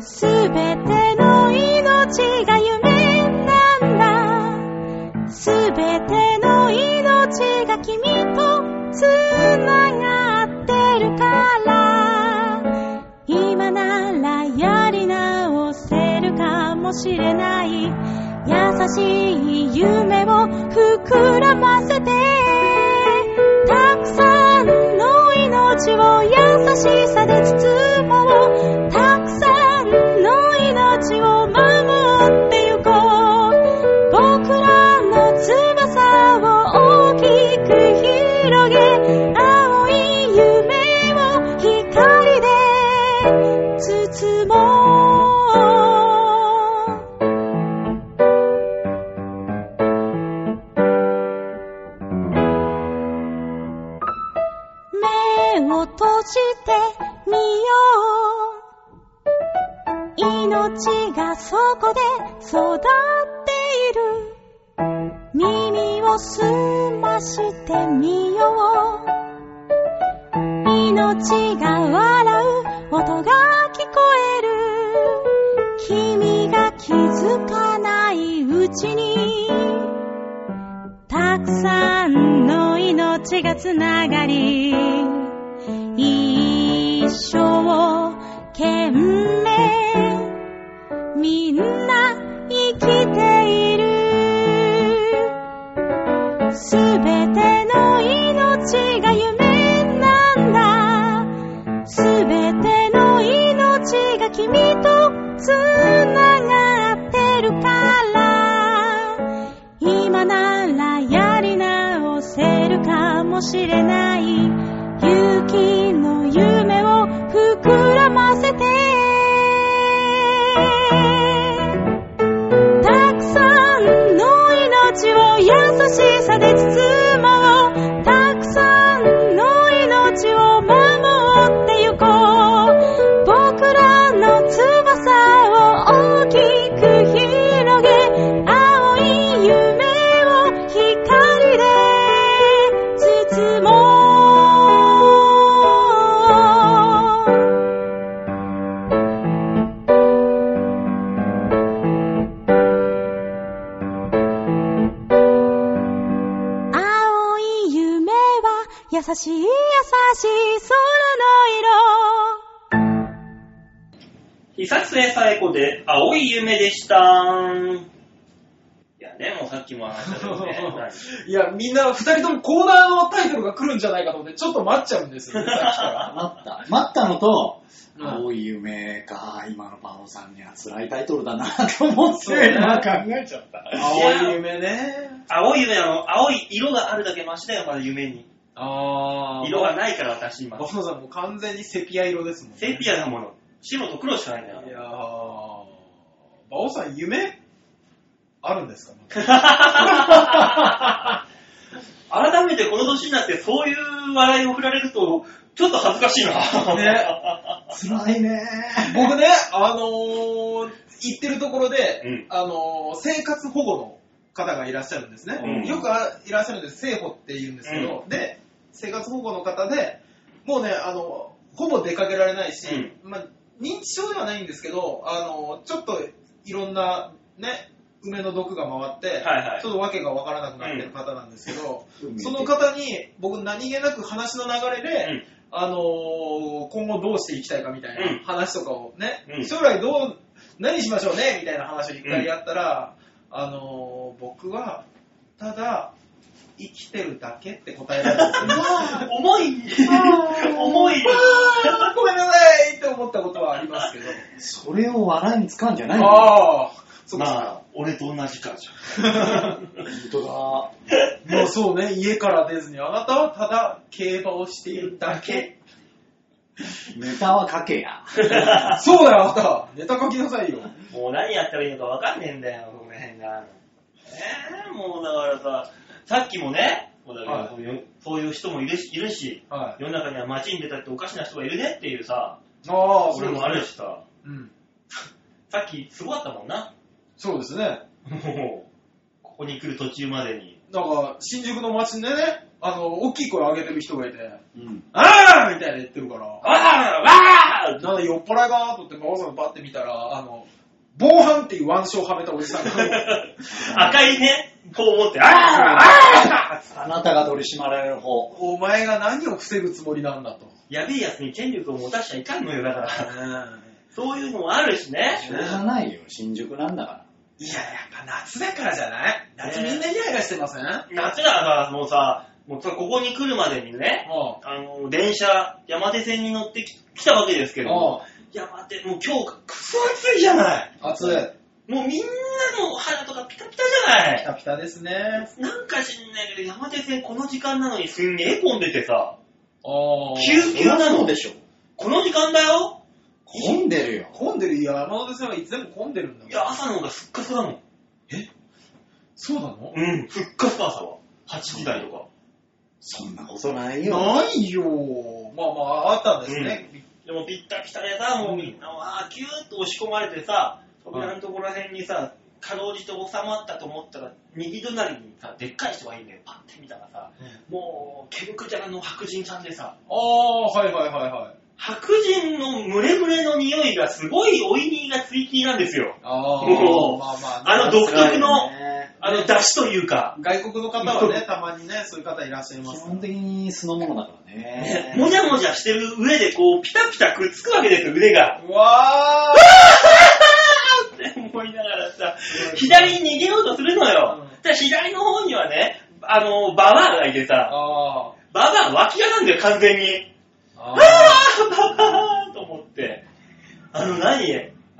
すべての命が夢なんだすべての命が君とつながってるから今ならやり直せるかもしれない優しい夢を膨らませてたくさんの命を優しさで包もうたくさんの命を守ってゆこう僕らの翼を大きく広げ青い夢を光で包もう目を閉じてみよう命がそこで育っている耳を澄ましてみよう命が笑う音が聞こえる君が気づかないうちにたくさんの命がつながり一生懸命みんな生きているすべての命が夢なんだすべての命が君とつながってるから今ならやり直せるかもしれない勇気の夢を膨らませてたくさんの命を優しさで包もうたくさんの命を守ってゆこう僕らの翼を大きく広げ青い夢を光で包もう青い夢は優しい優しい空
久末最高で青い夢でした。いやね、もうさっきも話したけど
*laughs*
ね。はい
いや、みんな、二人ともコーナーのタイトルが来るんじゃないかと思って、ちょっと待っちゃうんですよね、さっきから。
待った。待ったのと、
うん *laughs*
青い夢か、今のパオさんには辛いタイトルだなと思っ
そ
て、
うね
なんか考えちゃった。
青い夢ね。
青い夢なの、青い色があるだけマシだよ、まだ夢に。
あー。
色がないから私今
バ。フさんもう完全にセピア色ですもんね。
セピアなもの。白と黒しかないんだよ
い。やー、バオさん夢あるんですか
改めてこの年になってそういう笑いを振られると、ちょっと恥ずかしいな。 *laughs*
ね
辛い *laughs* ね
僕ね、あのー、行ってるところで、
うん
あのー、生活保護の方がいらっしゃるんですね。
うん
よくあいらっしゃるんです、生保って言うんですけど、で、生活保護の方で、もうね、あの、ほぼ出かけられないし、まあ、認知症ではないんですけど、あの、ちょっといろんな、ね、梅の毒が回って、
はいはい
ちょっと訳がわからなくなってる方なんですけど、
うん
その方に僕何気なく話の流れで、
うん
あのー今後どうしていきたいかみたい
うん
な話とかをね、
うん
将来どう、何しましょうねみたいな話を一回やったら、あのー僕は、ただ、生きてるだけって答えら
*laughs*
れたんですよ
重い重
*laughs*
い
あーごめんなさいって思ったことはありますけど。
それを笑いに使うんじゃないの
ああ、そうです
ま
か。
あ、俺と同じかじゃ
本当
もうそうね、家から出ずに、あなたはただ競馬をしているだ
*laughs*
け。
だ。ネタは書けや。
そうだよ、あなた。ネタ書きなさいよ。
ん。もう何やったらいいのかわかんねえんだよ、この辺が。ええもうだからさ、さっきもね、まあだからそういうそういう人もいるしいるし、
はい。
世の中には街に出たっておかしな人がいるねっていうさ、
ああ、
それもあるしさ、
うん。
さっきすごかったもん *laughs* な。
そうですね。
もう、ここに来る途中までに。
なんか、新宿の街でね、あの、大きい声上げてる人がいて、
うん。
あーみたいな言ってるから、
わー *laughs* わー
なんだ酔っ払いかなと思って、馬場さんバッて見たら、あの、防犯っていう腕章をはめたおじさんが、
赤いね、こう持って、あーあー
あなたが取り締まられる方。
*laughs* お前が何を防ぐつもりなんだと。
やべえやつに権力を持たしちゃいかんのよ、だから。そういうのもあるしね。
しょうがないよ、新宿なんだから。
いや、やっぱ夏だからじゃない夏
ね
みんなイライラしてません、
夏だからもうさ、もうさここに来るまでにね、
あ
あの、電車、山手線に乗ってき来たわけですけども、
あ、
山手、もう今日、くそ暑いじゃない。
暑い。
もうみんなの肌とかピカピカじゃな
ピ
い。
タピタですね。
なんか知んないけど、山手線この時間なのにすんげえ混んでてさ、
ああ。
救急なの
でしょ。
この時間だよ
混んでるよ。
混んでる、いや、山手線はいつでも混んでるんだ
いや、朝の方がすっかすかだもん。
そうなの
うん、ふっかすか朝は。8時台とか。
そんなことないよ。
ないよ。まあまあ、あったんですね。
でもピッタピタでさ、もうみんなわー、キューッと押し込まれてさ、扉のところら辺にさ、かろうじて収まったと思ったら、右隣にさ、でっかい人がいんだよ。パッて見たらさ、もう、ケンクジャラの白人さんでさ、
ああ、はいはいはいはい。
白人のムレムレの匂いがすごいオイニーがついていなんですよ。
ああ、
もう
まあまあ、
あの独特の
辛いよね
あの、出汁というか、
外国の方はね、たまにね、そういう方いらっしゃいま
基
す。
本的に素のものだからね。
もじゃもじゃしてる上でこう、ピタピタくっつくわけですよ、腕が。
うわ
って思いながらさ、左に逃げようとするのよ。
うん
ただ左の方にはね、あの、ババアがいて
ー
さ、
あ
ババア脇屋なんだよ、完全に。 *laughs* あ
あー
ー、ババアと思って。あの、何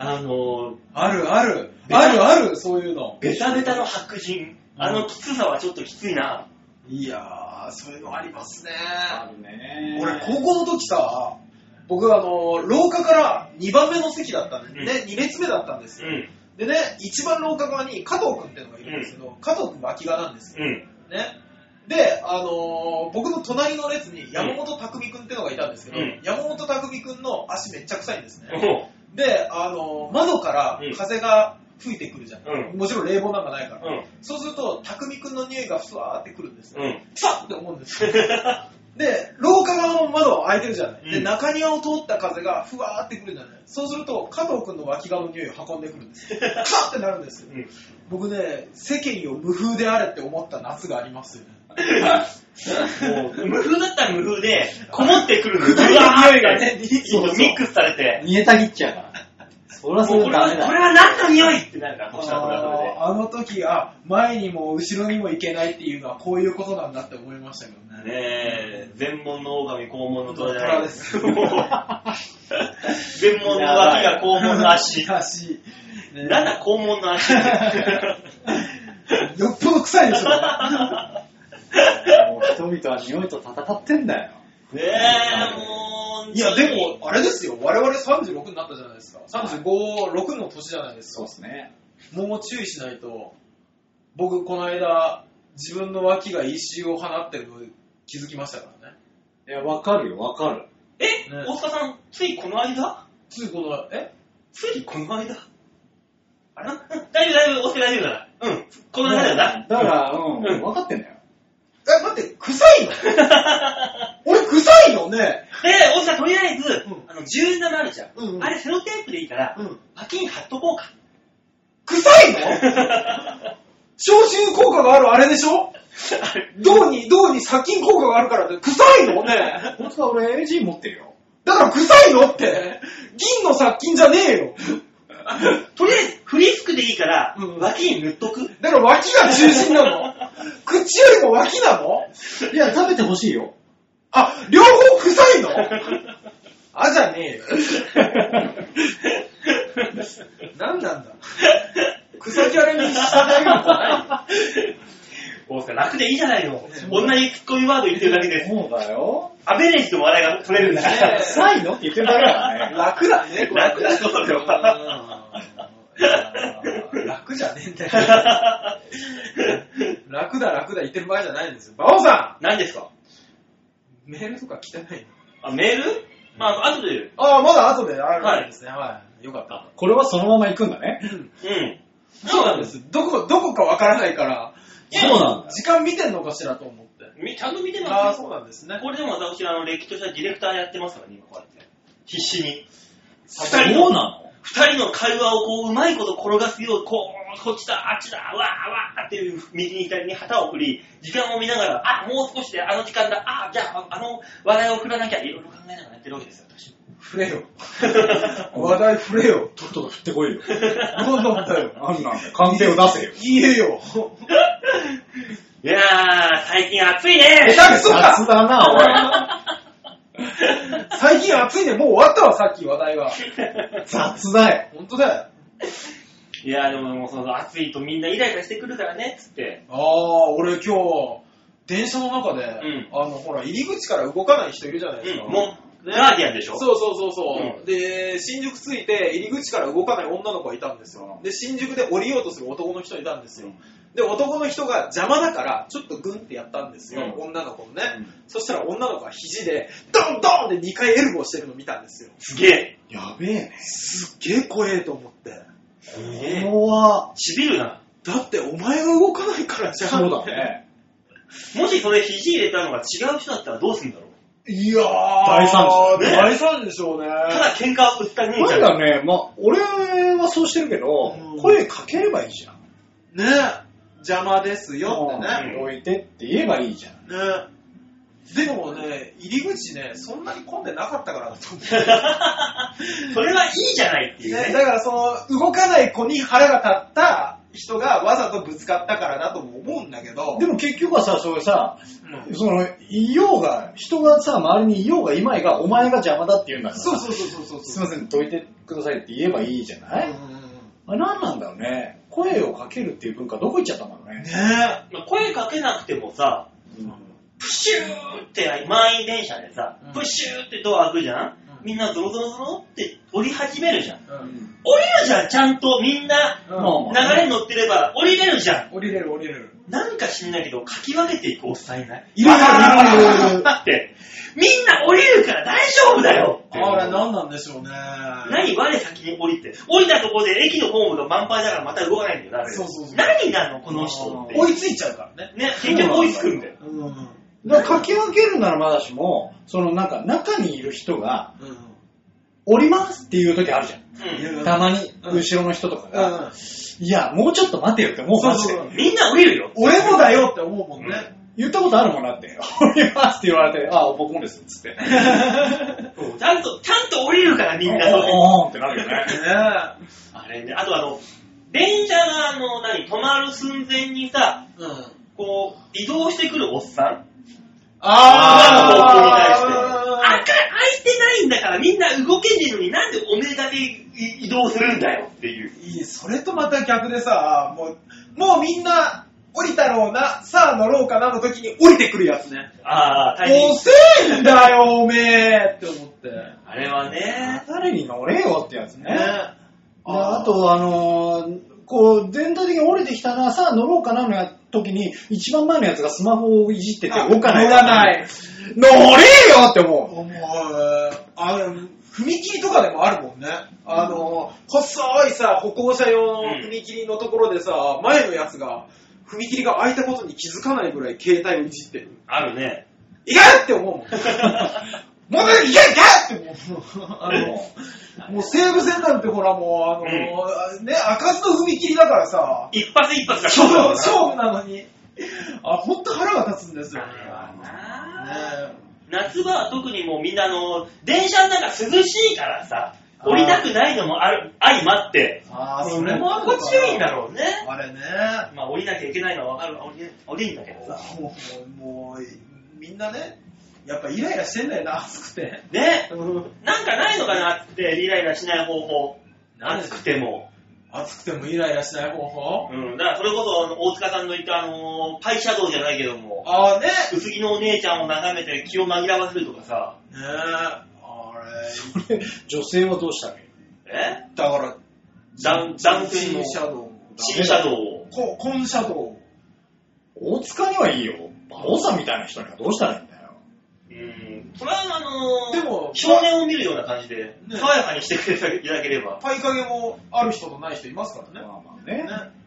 あの、
あるある、あるある、そういうの。
ベタベタの白人。あのきつさはちょっときついな。
いやー、そういうのありますね。
あるね。
俺、高校の時さ、僕、あの、廊下から2番目の席だったんで、
うん
ね、2列目だったんです
う
よ。
ん、
でね、一番廊下側に加藤くんってのがいるんですけど、加藤くん脇側なんですよ。
うん、
ね。で、あのー僕の隣の列に山本匠くんってのがいたんですけど、
うん
山本匠くんの足めっちゃ臭いんですね。
おう
で、あの、窓から風が吹いてくるじゃん。
う
もちろん冷房なんかないから。
うん、
そうすると、匠くんの匂いがふわーってくるんです
う
ね。
ん。
さ、っって思うんですよ。で、廊下側の窓は開いてるじゃない。
う
で、
ん
中庭を通った風がふわーってくるじゃない。そうすると、加藤くんの脇側の匂いを運んでくるん
*laughs*
ですよ。さってなるんですよ。
うん
僕ね、世間を無風であれって思った夏がありますよね。
もう、無風だったら無風で、こもってくるの。うわ
りの匂い
ー
が
って
ね
そうそう
ミックスされて。
煮えたぎっちゃうから。そりゃそ
も
れ
うこれは、
ダメだ。
これは何の匂いってなるから、こっちはこれはこれで。
あーあの時は、前にも後ろにも行けないっていうのはこういうことなんだって思いましたけどね。
ねえ、全門の狼、肛門の虎じゃない
虎です
もう *laughs* 全門の脇が肛門の足。
足。ね
なんだ肛門の
*laughs*
足
よっぽど臭いでしょ。
もう人々は匂いと戦ってんだよ。
ねえ、もう。
*laughs* いや、でも、あれですよ。我々36になったじゃないですか。35、6の年じゃないですか。
すね。
もう注意しないと、僕、この間、自分の脇が一周を放ってるの気づきましたからね。
いや、わかるよ、わかる。
え、
ね
大塚さん、ついこの間
ついこの、え
ついこの間あれうん *laughs* 大丈夫、大丈夫、大塚大丈夫だから。うん、この間だよな。
だから、うん、
うん
分かってんだよ。
え、待って、臭いの俺、臭いのね。
*laughs* で、大塚とりあえず、
うん
あの、17あるじゃん。
うんうん
あれセロテープでいいから、
うん
脇に貼っとこうか。 *laughs*
臭いの消臭効果があるあれでし
*laughs* あ
ょ
れ
銅に、銅に殺菌効果があるからって、臭い
*laughs*
のね。
こいつは俺 AG 持ってるよ。
だから臭いのって銀の殺菌じゃねえよ
あとりあえず、フリスクでいいから、
うん
脇に塗っと
*laughs*
く。
だから脇が中心な
*laughs*
の口よりも脇なの
いや、食べてほしいよ。
あ、両方臭いのあじゃねえ
*laughs*
よ。なんなんだ草キャラに従えるのかない
大塚楽でいいじゃないの。同じツッコミワード言ってるだけで、
そうだよ。
アベレージの笑いが取れるんだから。
臭いのって言ってるだけだからね。
楽だね、これ
楽だよこれは *laughs*
うんいやー楽じゃねえんだよ。楽楽だ楽だ言ってる場合じゃないんですよ。馬王さ
何ですか
んメールとか来てないの
あ、メールまあ、後で言う。
ああ、まだ後であるんですね。はい。よかった。
これはそのまま行くんだね。
うん。
そうなんで。す。どこ、どこかわからないから、
そうなんだ。
時間見てんのかしらと思って。
みちゃんと見て
あ
ま
あ、
す
そうなんですね。
これでも私、あの、歴史としたディレクターやってますからね、今こうやって。必死に。二人
そう
の、
なの
二人の会話をこう、うまいこと転がすよう、こう、こっちだ、あっちだ、わーわーっていう、右に左に旗を振り、時間を見ながら、あ、もう少しで、あの時間だ、あ、じゃあ、ああの、話題を振らなきゃ、いろいろ考えながらやってるわけですよ、私。
触れよ。 *laughs* 話題触れよ。
とっとと振ってこいよ。
何なんだよ。
なんなんだよ。鑑定を出せよ。
言えよ。
いやー、最近暑いね
え、だくそ
雑
か
だな、
最近暑いね。もう終わったわ、さっき話題
お
が。
い。雑だよ。
本当だよ。
いやー、でももう、その、暑いとみんなイライラしてくるからね、つって。
ああ、俺今日、電車の中で、
ん
あの、ほら、入り口から動かない人いるじゃないですか。
うん、もう、ガーディアンでしょ
そうそうそうそう、
うん
で、新宿着いて、入り口から動かない女の子がいたんですよ。で、新宿で降りようとする男の人いたんですよ。で、男の人が邪魔だから、ちょっとグンってやったんですよ、
う
女の子のね、
うん
そしたら女の子が肘で、ドンドンって2回エルボーしてるの見たんですよ。
すげえ。
やべえね。
すっげえ怖えと思って。
す
こ
げえ。
れは、
ちびるな。
だって、お前が動かないからじゃん。
そうだ。ね。
もしそれ肘入れたのが違う人だったらどうすんだろう。
いやー、
大惨事
だね
大惨事でしょうね。
ただ喧嘩を売った兄ち
なん
ゃん。
だね、まあ、俺はそうしてるけど
うん、
声かければいいじゃん。
ね邪魔ですよってね。
うん置いてって言えばいいじゃん。
ねでもね、入り口ね、そんなに混んでなかったからだと思う。
それはいいじゃないっていう
ね、
ね。
だからその、動かない子に腹が立った人がわざとぶつかったからだとも思うんだけど、
でも結局はさ、それさ、
うん
その、いようが、人がさ、周りにいようがいまいが、お前が邪魔だって言うんだからさ。
そうそうそうそう
す
そ。
いうません、どいてくださいって言えばいいじゃない、
うん
あ何なんだろうね。声をかけるっていう文化どこ行っちゃったんだろうね。
ね
まあ声かけなくてもさ、プシューって満員電車でさ
うん、
プシューってドア開くじゃん
うん
みんなドロドロドロって降り始めるじゃん。
う
うんん
降りるじゃん、ちゃんとみんな
う
まあ
ん
まあ
流れに乗ってれば降りれるじゃん。
降りれる降りれる。
なんか知んないけど、かき分けていくおっさんいない
いるいるいる
*laughs*
いる
だって、みんな降りるから大丈夫だよ
あれ何なんでしょうね。
何我先に降りて。降りたところで駅のホームが満杯だからまた動かないんだよ、誰
そうそうそう
何なの、この人って。
追いついちゃうからね。
ね、結局追いつくんだよ。
うん。うん。
だから、かき分けるならまだしも、そのなんか、中にいる人が、降りますっていう時あるじゃ
うん
ん。たまに、
うん
後ろの人とかが、
うん
いや、もうちょっと待てよって、もうマジ
そうそう
で。
みんな降りるよ。
俺もだよって思うもんね。
言ったことあるもんなって、降りますって言われて、あ、僕もです、つって。
*laughs*
ちゃんと、ちゃんと降りるからみんな。
おーんってなるよね。
ね
あれね、あとあの、電車があの、何、止まる寸前にさ、
うん。
こう、移動してくるおっさん。あ
あ
開か開いてないんだからみんな動けねえのになんでおめえだけい移動するんだよっていう。
いいそれとまた逆でさ、もう、もうみんな降りたろうな、さあ乗ろうかなの時に降りてくるやつね。
ああ、大変。
遅えんだよ、おめえって思って。ね
あれはね、
誰に乗れよってやつね。で
あー
あと、あのーこう、全体的に折れてきたな、さあ乗ろうかなのや時に、一番前のやつがスマホをいじってて動かない。
乗らない。。
乗れよって思
もう、あの、踏切とかでもあるもんね。あの、細いさ、歩行者用の踏切のところでさ、前のやつが、踏切が開いたことに気づかないぐらい携帯をいじってる。
あるね。
いけって思うもん。もういけいけって思う。あの、もう西武線なんてほらもう、あの、ね、開かずの踏切だからさ、
*laughs* 一発一発が勝負だもんな
勝負なのに。あ、ほんと腹が立つんですよね。
あれはな
ね
夏場は特にもうみんなあの、電車の中涼しいからさ、降りたくないのもある、相まって、
あー
心地よいんだろうね。
あれね。
まあ降りなきゃいけないのはわかるわ、降り、降りんだけどさ。
もう、もう、みんなね、やっぱイライラしてんだよな、暑くて。
ね、なんかないのかなってイライラしない方法。
何
暑くても。
暑くてもイライラしない方法
うん、だからそれこそあの大塚さんの言ったあのーパイシャドウじゃないけども、
ああね。
薄着のお姉ちゃんを眺めて気を紛らわせるとかさ、
ねえ、あれ、
う。女性はどうしたらいい
え
だから、
男男性の
G シャドウ。
シーシャドウを。
ココンシャドウ。
大塚にはいいよ。馬王さんみたいな人にはどうしたらいいんだよ。
うん。それはあのー
でも
少年を見るような感じで、
ね
爽やかにしてくれていただ *laughs* ければ。
パイ影もある人とない人いますからね。
まあまあね。
ね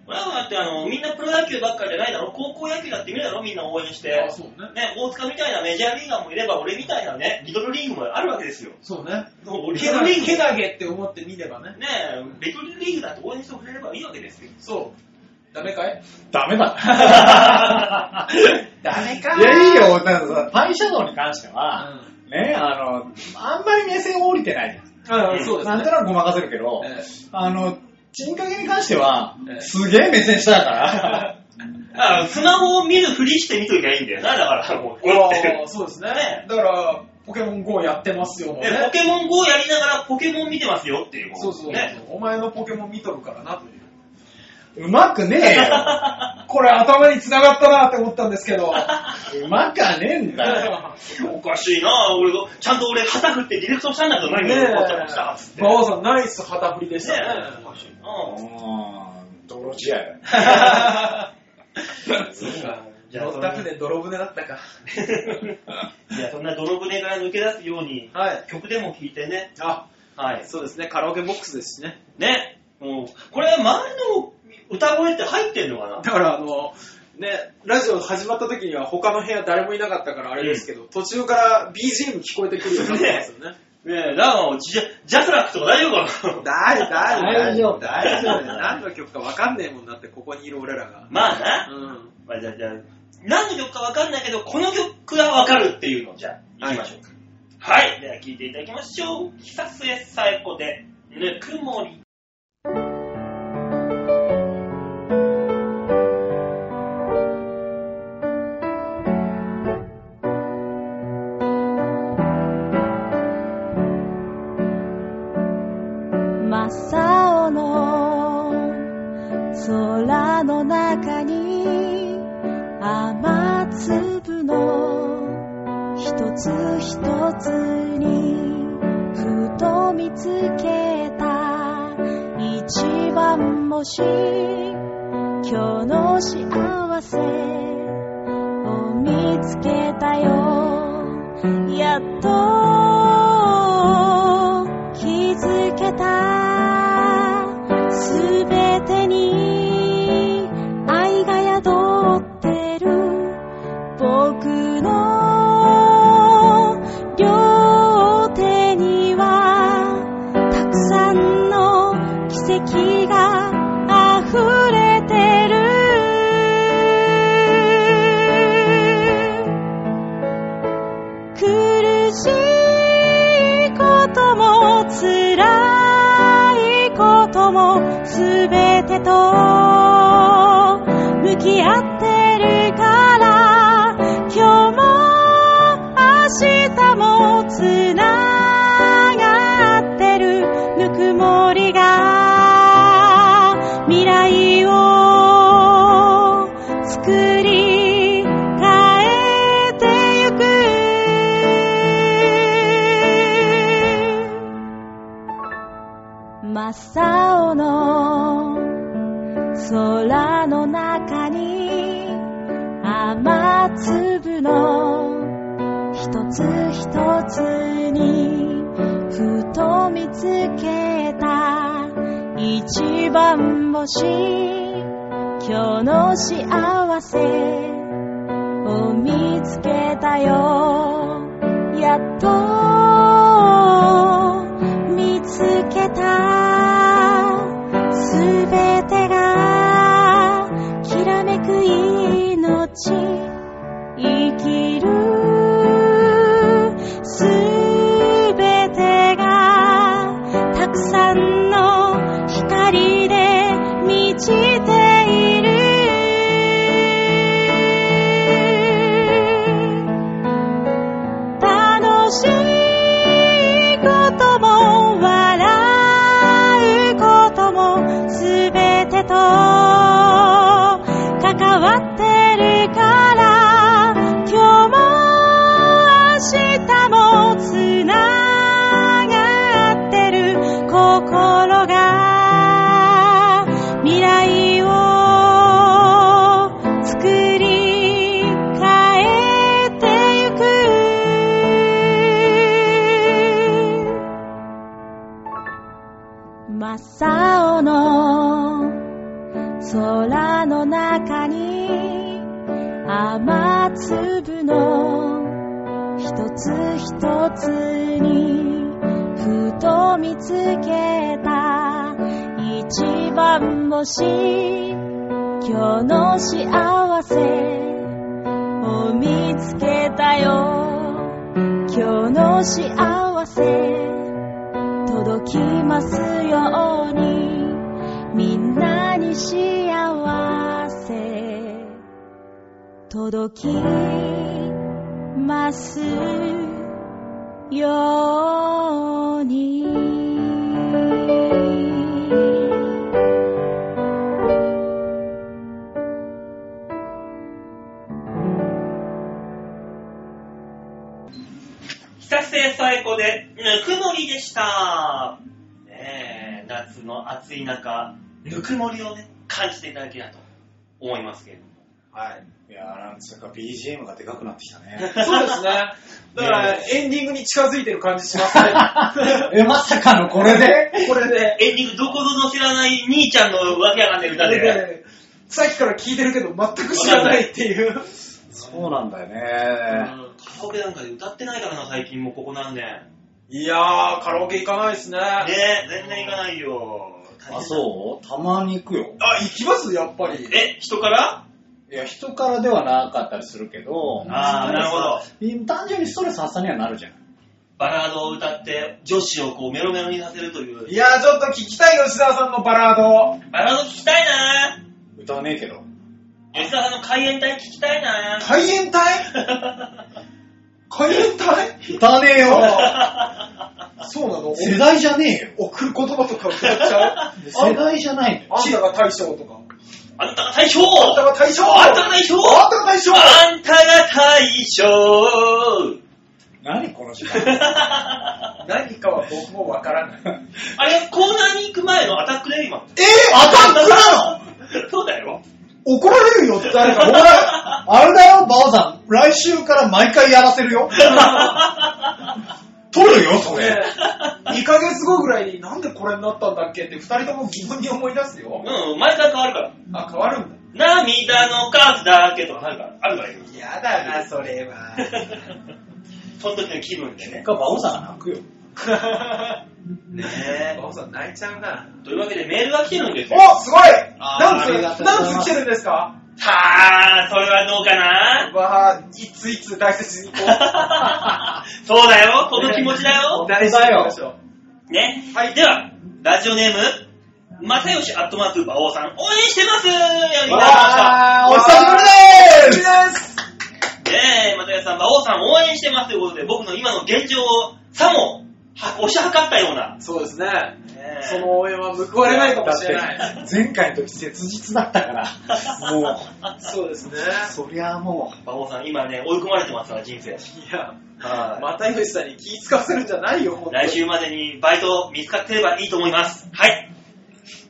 俺はだってあの、みんなプロ野球ばっかりじゃないだろ高校野球だって見るだろみんな応援して
あ、。そうね。
ね、大塚みたいなメジャーリーガーもいれば、俺みたいなね、リトルリーグもあるわけですよ。
そうね。
リ
け
ト
な
ルリー
げ、
グ
けなげって思って見ればね。
ねえ、リトルリーグだって応援してくれればいいわけですよ。
そう。ダメかい
ダメだ。
*laughs* ダメ
いや、いい。よ。だからさ、パイシャドウに関しては、ね、あの、あんまり目線降りてないじゃん。
うん、そうです
なんと
ね。
なくごまかせるけど、
ええ
あの、ちんかげに関しては
え、え
すげえ目線下だから、
あスマホを見るふりして見ときゃいいんだよな、だからもう。こうやって
ああ、そうですね。だから、ポケモン GO やってますよもう
でポ
ね。
ケモン GO やりながらポケモン見てますよっていう。
そうそうそう
ね。
お前のポケモン見とるからなという。
うまくねえ
これ頭に繋がったなって思ったんですけど。
よ。うまかねえんだよ。
おかしいな俺が、ちゃんと俺旗振ってディレクションしたんだけど、何
ね
が起こっちゃいました、つっ
え。
て。
馬王さん、ナイス旗振りでした
ね
ね。
おかしいな
うーん、泥仕合だよ。
そうか。
じゃあ
二船泥船だったか。
*laughs* いや、そんな泥船から抜け出すように、
はい。
曲でも聴いてね。
あ、
はい。
そうですね。カラオケボックスですしね。
ね。もう、これ前の歌声って入ってんのかな
だからあの、ね、ラジオ始まった時には他の部屋誰もいなかったからあれですけど、途中から BGM 聞こえてくるようになってますよね。
ねえ、だから、ジャジャスラックとか大丈夫かな
大丈夫、大丈夫、大
大丈
丈夫。
夫
何の曲かわかんねえもんなって、ここにいる俺らが。
*laughs* まあな。
うん。
まあ、じゃあ、じゃあ、何の曲かわかんないけど、この曲はわかるっていうのを、じゃあ、行きましょうか。はい。では、聴いていただきましょう。久末さえこで、ぬくもり。
真っ青の空の中に雨粒の一つ一つにふと見つけた一番星今日の幸せを見つけたよやっと気づけたすべてに愛が宿ってる僕の両手にはたくさんの奇跡が溢れてる苦しいことも辛いこともすべてと向き合ってるから今日も明日もつながってるぬくもりが未来を作り変えてゆく真っ青の空の中に雨粒の一つ一つにふと見つけた一番星今日の幸せを見つけたよやっと見つけたすべてがきらめく命生きるすべてがたくさんの光で満ちている楽しいことも笑うこともすべてと空の中に雨粒の一つ一つにふと見つけた一番星今日の幸せを見つけたよ今日の幸せ届きますようにみんなに幸せ届きますように
久世最高で、ぬくもりでした。ねえ、夏の暑い中、ぬくもりをね、感じていただけたらと思いますけれども。
はい。
いやーなんつうか BGM がでかくなってきたね。
そうですね。 *laughs* だから、エンディングに近づいてる感じしますね。
え、まさかのこれで
これで。
エンディングどこぞの知らない兄ちゃんのわけわかんない歌
*laughs*
で。
でさっきから聞いてるけど、全く知らないっていう。
そうなんだよ
うん
ね。
カラオケなんかで歌ってないからな、最近もうここ何年。ね
いやー、カラオケ行かないですね。あ、
え、全然行かないよ。
あ、そうたまに行くよ。
行きますやっぱり。
え、人から
いや、人からではなかったりするけど、
あーなるほど
ど。単純にストレス発散にはなるじゃん。
バラードを歌って、女子をこうメロメロにさせるという
い。やー、ちょっと聞きたい吉沢さんのバラード。
バラード聞きたいな
歌わねえけど。
吉沢さんの海援隊聞きたい *laughs* な
海援隊海援 *laughs* 隊
歌わねえ
*laughs*
よ
そうな *laughs* の
世代じゃね
お送る言葉とか歌っちゃう *laughs*
えよ世代じゃないのよ。
あんたが大将とか。
あんたが大将
あんたが大将
あんたが大将
あんたが大将
あんたが大将
何この時 *laughs* 間。
何かは僕もわからない。
あれ、コーナーに行く前のアタックで今。
えー、アタックなの
*laughs* そうだよ。
怒られるよ、誰か。
お前、あれだよ、バオさん。来週から毎回やらせる *laughs* よ。取るよ、そ
ね
れ。
2ヶ月後ぐらいになんでこれになったんだっけって2人とも疑問に思い出すよ。
うん、毎回変わるから。
あ、変わるんだ。
涙の数だけとかなんかあるからよ。
やだな、それは。
*laughs* その時の気分でね
結。果、バオさんが泣くよ。
*laughs* ねえ
馬。王さん泣いちゃうな。
というわけでメールが来てるんですよ。
おすごい
あー
何
ありがと
通
うございます
何通来てるんですか
さあ、それはどうかな
わあ、いついつ大切にいこう。
そうだよ、この気持ちだよ。
大事だよ。
ね。
はい
では、ラジオネーム、まさよしアットマーク馬王さん、応援してますよりいただきました。
わーお久しぶりです
ねえ、またやさん、馬王さん応援してますということで、僕の今の現状をさも、は押し量ったような。
そうですね。
ねえ
その応援は報われないかもしれない。
だって前回の時切実だったから、もう、
そうですね。
そりゃも
馬王さん、今ね、追い込まれてますから、人生。
いや、
はい
又吉さんに気ぃつかせるんじゃないよ、本当に
来週までにバイト見つかってればいいと思います。はい。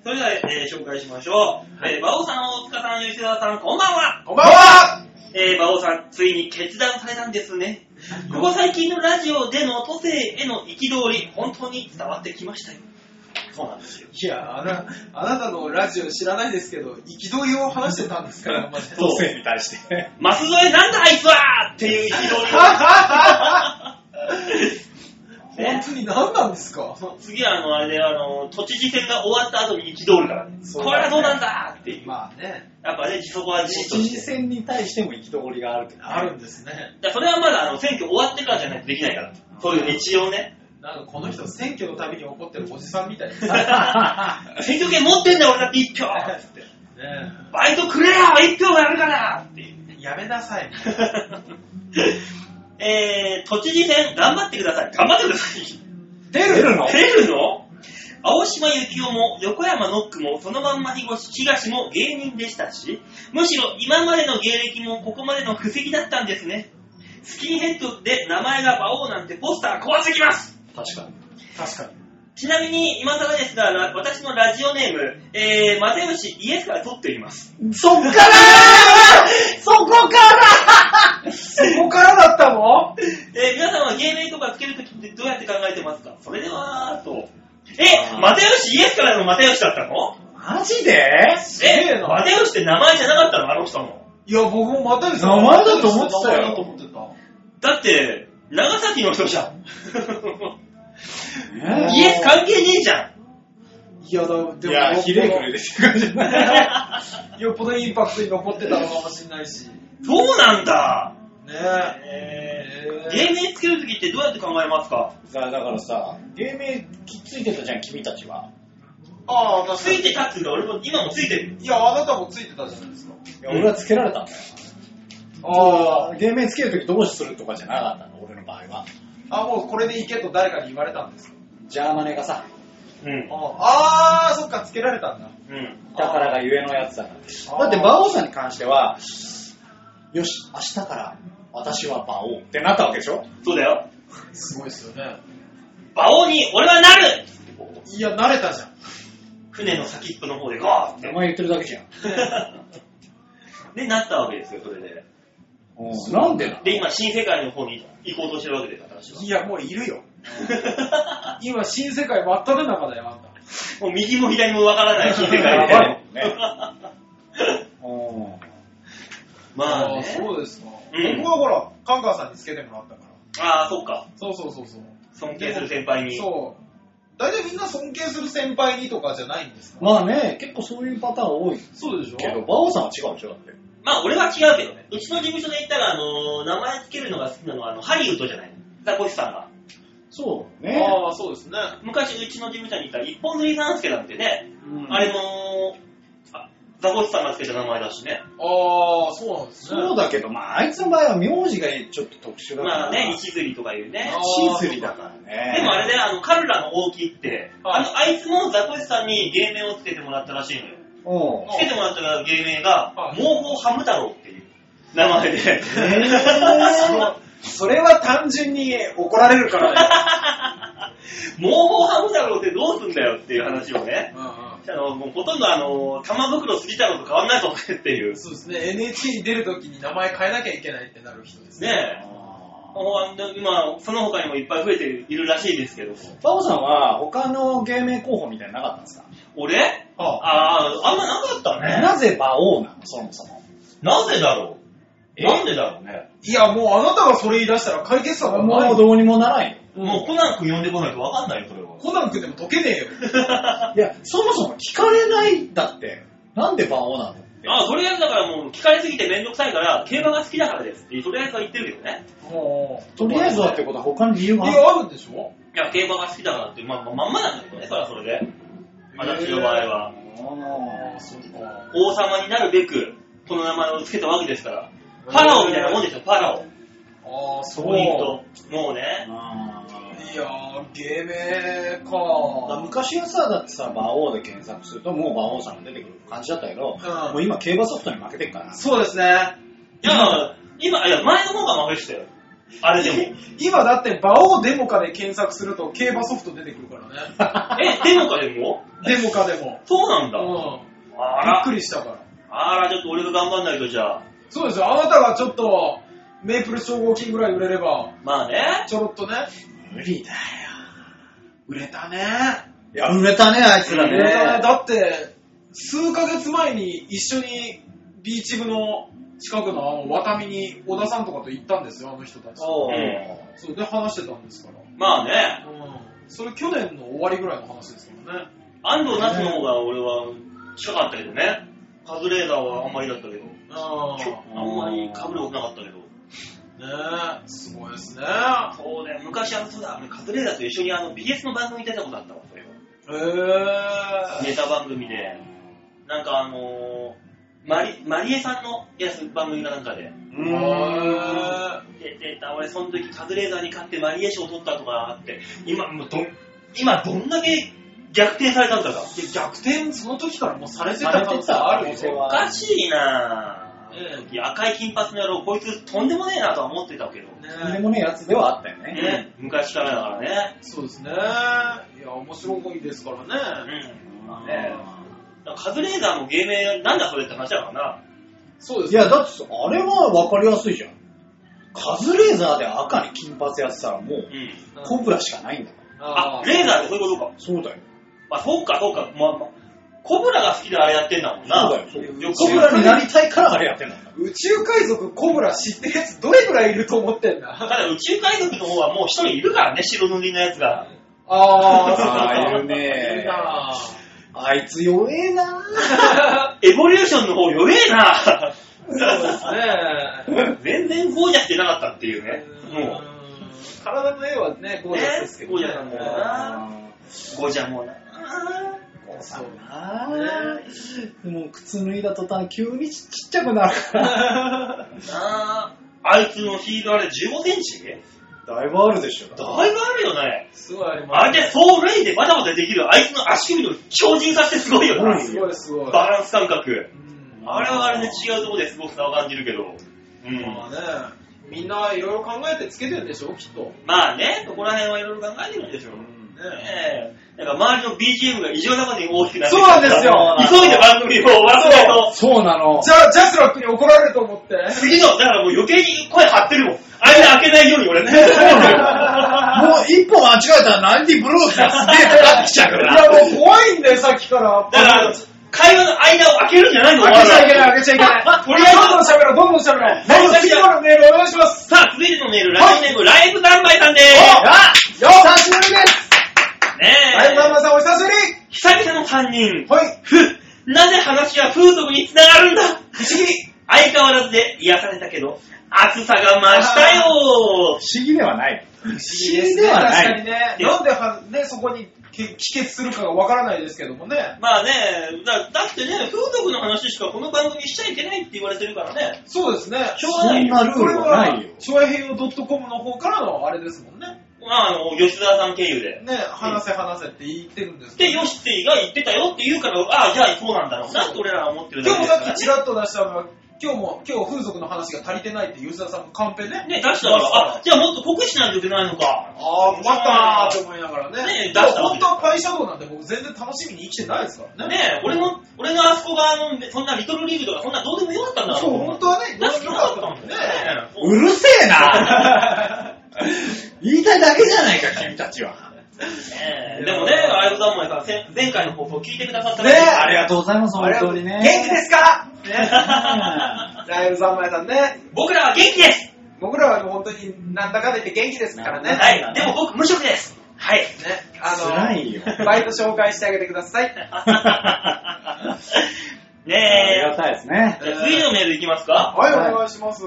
それでは、えー紹介しましょう。えー、馬王さん、大塚さん、吉沢さん、こんばんは。
こんばんは
えー、馬王さん、ついに決断されたんです *laughs* ね。ここ最近のラジオでの都政への憤り、本当に伝わってきましたよ。そうなんですよ。
いやあな、あなたのラジオ知らないですけど、憤りを話してたんですから、マジで
う、
そう
当選に対して。
マス添えなんだあいつはっていう憤りを。 *laughs*
本当に何なんですか
次はあの、あれで、あの、都知事選が終わった後に憤るからね。
そうだね
これはどうなんだっていう。
まあね、
やっぱね、そこはじっと
知
して
事選に対しても憤りがあるけど、
あるんですね。
だからそれはまだあの選挙終わってからじゃないとできないから。そういう日をね。
なんかこの人、選挙のたびに怒ってるおじさん
*laughs*
みたいですね。
選挙権持ってんだよ、俺だって一票つって。
ね
バイトくれよ一票やるからっていう。 *laughs*
えやめなさい。
えー、都知事選頑張ってください。頑張ってください。
出
出るの
出るの青島幸男も横山ノックもそのまんま東東も芸人でしたし、むしろ今までの芸歴もここまでの布石だったんですね。スキンヘッドで名前が馬王なんてポスター壊してきます
*laughs* 確かに。
確かに。
ちなみに、今更ですが、ら私のラジオネーム、えー、マテウシイエスから取っています。
そっからそこから
そこからだったの
えー、皆さんは芸名とかつけるときってどうやって考えてますかそれでは、と。
あ
え、
ー
マテウシイエスからのマテウシだったの
マジで
げえ
え、
な
マテウスって名前じゃなかったのあの人の。
いや、僕も又吉さ
名
ん。
前だと思ってたよ
名前だと思ってた。
だって、長崎の人じゃん。
ね
イエス関係ねえじゃん。
いや、だで
いや、
も、
ひれくれですって感じだね。
よっぽどインパクトに残ってたのかもしれないし。ね
そうなんだ。
え。
芸名つけるときってどうやって考えますか
だだからさ、芸名ついてたじゃん、君たちは。
ああ、確
ついて立つんだ、俺も今もついてる。
いや、あなたもついてたじゃないですか。
いや俺はつけられたんだよ。
ああ。
芸名つけるときどうするとかじゃなかったの、俺の場合は。
あ、もうこれでいけと誰かに言われたんですか
ジャーマネがさ、
うん。
ああー、そっか、つけられたんだ。
うん。
だからがゆえのやつだから。
あー
だって、馬王さんに関しては、よし、明日から私は馬王ってなったわけでしょ
そうだよ。
すごいですよね。
馬王に俺はなる
いや、慣れたじゃん。
船の先っぽの方でゴーって
名。前言ってるだけじゃん。
*laughs* で、なったわけですよ、それで。
なんでな
で、今、新世界の方に行こうとしてるわけです、 *laughs* 私
いや、もういるよ。
は。
今、新世界真っ只中だよ、あんた。
もう右も左もわからない新世界で。
やばいもんねの
まあ
ー
ね。
そうですか。
うん
僕はほら、カンカンさんにつけてもらったから。
ああ、そっか。
そうそうそうそう。
尊敬する先輩に。
そう。大体みんな尊敬する先輩にとかじゃないんですか
まあね、結構そういうパターン多い
そうでしょ
けど、馬王さんは違うでしょ、だって。
まあ、俺は違うけどね。うちの事務所で言ったら、あのー名前つけるのが好きなのは、あの、ハリウッドじゃないザコシさんが。
そう
ああ、そうですね。
昔、うちの事務所にいた一本釣り三助なんてね、
うん
あれも、あザコシさんがつけた名前だしね。
ああ、そうなんですね。
そうだけど、まあ、あいつの場合は名字がちょっと特殊だから。
まあね、石釣りとかいうね
あ。
地釣りだからね。
でもあれね、あの、カルラの大木って、
は
あ
い
の、あいつもザコシさんに芸名をつけてもらったらしいのよ。
うん。
つけてもらった芸名が
は、い
毛包ハム太郎っていう名前で。
*laughs*
*laughs*
それは単純に怒られるからだ
毛包ハム太郎ってどうすんだよっていう話をね。
よ。うんうん
あの、もうほとんどあの、玉袋杉太郎と変わんないと思うっていう。
そうですね、NHK に出るときに名前変えなきゃいけないってなる人ですね。
ね
*laughs*
え。もうあの今、その他にもいっぱい増えているらしいですけども。
バオさんは他の芸名候補みたいなのなかったんですか
俺あ
あ
あ、あんまなかったね。
なぜ馬王なのそもそも。
なぜだろう
え
なんでだろうね。
いや、もうあなたがそれ言い出したら解決策はな
も
いう
どうにもならないよ。
もうコナン君呼んでこないとわかんないよ、それは。
コナン君でも解けねえよ。
いや、そもそも聞かれないんだって。なんで馬王なのって。
ああ、とりあえずだからもう聞かれすぎてめんどくさいから、競馬が好きだからですって、とりあえずは言ってるけどね。
もう
とりあえずはってことは他に理由
理
がある
由あるんでしょ
いや、競馬が好きだからって、まあ、まあまんまなんだけどね、それはそれで。私の場合は。
ああ、そうか。
王様になるべく、この名前を付けたわけですから。パラオみたいなもんですよ、パラオ。
ああ、そう。
ポイント。もうね。
あ
いやー、芸名
ー
か。
昔はさ、だってさ、馬王で検索するともう馬王さんが出てくる感じだったけど、
うん
もう今競馬ソフトに負けてるから。
そうですね。
いや、今、いや、前の方が負けしたよ。あれでも。え、
今だって、馬王デモカで検索すると競馬ソフト出てくるからね。
*laughs* デモかでも
デモカでも。
そうなんだ。
う
あ
ん。びっ
ら
く、りしたから。
あら、ちょっと俺が頑張んないとじゃあ。
そうですよ。あなたがちょっと、メープル超合金ぐらい売れれば、
まあね。
ちょろっとね。
無理だよ。
売れたね。
いや、売れたね、あいつら
売れたね。
ね。
だって、数ヶ月前に一緒にビーチ部の近くのあの、ワタミに小田さんとかと行ったんですよ、あの人たち。
おう
うん
そうで話してたんですから。
まあね。
うん。それ去年の終わりぐらいの話ですからね。
安藤夏の方が俺は近かったけどね。カズレーザーはあんまりだったけど。
あ
あんまり被ることなかったけど。
あ。ねえ、すごいですね。
そうね、昔あの、そうだ、俺カズレーザーと一緒にあの、BS の番組に出たことあったわ、それは
へえ
ネタ番組で、なんかあのー、マリ、マリエさんのやつ、番組かなんかで。
う
へ
ーん。
で、で、俺その時カズレーザーに勝ってマリエ賞取ったとかあって、今、もうどん、今どんだけ逆転されたんだか。
え。逆転、その時からもうされてた可能性あるよ。
されてた可能性は
おかしいなぁ。
え
いや赤い金髪の野郎、こいつとんでもねえなとは思ってたけど。
とんで
ね
もねえやつではあったよね。
ね、 *laughs* 昔からだからね。
そうですね。いや、面白いですからね。
うん。まあね。だからカズレーザーも芸名、なんだそれって話だからな。
そうで
い
すね。
や、だってさあれは分かりやすいじゃん。カズレーザーで赤に金髪やってたらもう
う、ん。
コブラしかないんだから。
あ
あ、ー
レーザーってそういうことか。
そうだよ。
まあ、そうか、そうか。まあ、まあコブラが好きであれやってんだもんな。
そうだよそうだよ
よく
コ
コ
ブ
ブ
ラ
ラ
に
に
な
な
り
りたいからあれやってんだもん
宇宙海賊コブラ知ってるやつどれくらいいると思ってん
た
だ
だ宇宙海賊の方はもう一人いるからね、白塗りのやつが。
あ
あーいる
い
ね
るな
あいつ弱えな
エボリューションの方弱えな
そうですね。
*laughs* 全然ゴージャスじゃなかったっていうね。も
うん体の絵はね、
う。
ゴージャスですけど、
ねゴージャスなんだよな。ゴージャもな。
そう
あーもう靴脱いだ途端急にちっちゃくなるから。
ああいつのヒールあれ15センチ
だいぶあるでしょ。
だいぶあるよね。
すごいあり
あ
ま
れ
す
でソーレイでバタバタできるあいつの足首の強靭さってすごいよな。
うん
すごいすごい。
バランス感覚。
うん
あれはあれで違うとこですごく差を感じるけど。うん。
まあね、みんないろいろ考えてつけてるんでしょ、きっと。
まあね、そこら辺はいろいろ考えてるんでしょう。
ね
ええなんか周りの BGM が異常なまでに大きくなって
そうなんですよ
急いで番組を終わらないと、
そうなの。
じゃあ、ジャスラックに怒られると思って。
次の、だからもう余計に声張ってるもん。間開けないように俺ね。
もう一歩間違えたらナインティブルースがすげえかかってきちゃうか
い
ら。
や、もう怖いんだよ、さっきから。
だから、会話の間を開けるんじゃないの
開けちゃいけ
お前
ない、
ら
開けちゃいけない。
とりあえず
どんどん喋ろう、どんどん喋ろう。
はい
どんどん次のメールお願いします。
さあ、続いてのメール、ラジオネーム、ライブ三昧さんでー
およ久しぶりです。
す。ねえ。
はい、マンマさんお久しぶり。
久々の三人。
はい。
ふっなぜ話は風俗に繋がるんだ
不思議。
相変わらずで癒されたけど、暑さが増したよ
不思議ではない。
不思
議ですね
確かにね。
いや
なんでは、ね、そこに帰帰結するかがわからないですけどもね。
まあねだ、だってね、風俗の話しかこの番組しちゃいけないって言われてるからね。
そうですね。
しょうがないよ。
そんなルールはないよ
これは、平洋 .com の方からのあれですもんね。
まあ、あの、吉沢さん経由で。
ね、話せ話せって言ってるんですけ
で、
ど。
ヨシティが言ってたよって言うから、ああ、じゃあそうなんだろうなって俺らは思ってるだ
今
けです
日もさ
か
っ
ら
き
ね。
ちらっと出したのが、今日も、今日風俗の話が足りてないって吉田さんもカンペね。
ね、出したから、あ、じゃあもっと濃くしないといけないのか。
ああ、困ったなーと思いながらね。
ねえ
でも
出したわけ
本当はパイシャドウなんて僕全然楽しみに生きてないですからね。
ね俺の、俺のあそこが、あの、そんなリトルリーグとかそんなどうでもよかったんだろ
そう、本当はね、
出してなかったもん
良
ね。
ね
ね
うるせえな言いたいだけじゃないか、君たちは。
ねでもね、ライブ三昧さん、せん前回の放送聞いてくださった
ね
ありがとうございます、本当にね。
元気ですか
*laughs*
ね
ね。ライブ三昧さんね。
僕らは元気です、
僕らはもう本当になんだかんだ言って元気ですからね。
なんだ
は
かんだ
い。でも僕無職ですはい。
ね。
辛いよ。
バイト紹介してあげてく
*laughs*
ださい。
あり
ね
がたいですね。
え。じゃあ次のメールいきますか
はい、
はい
お願いします。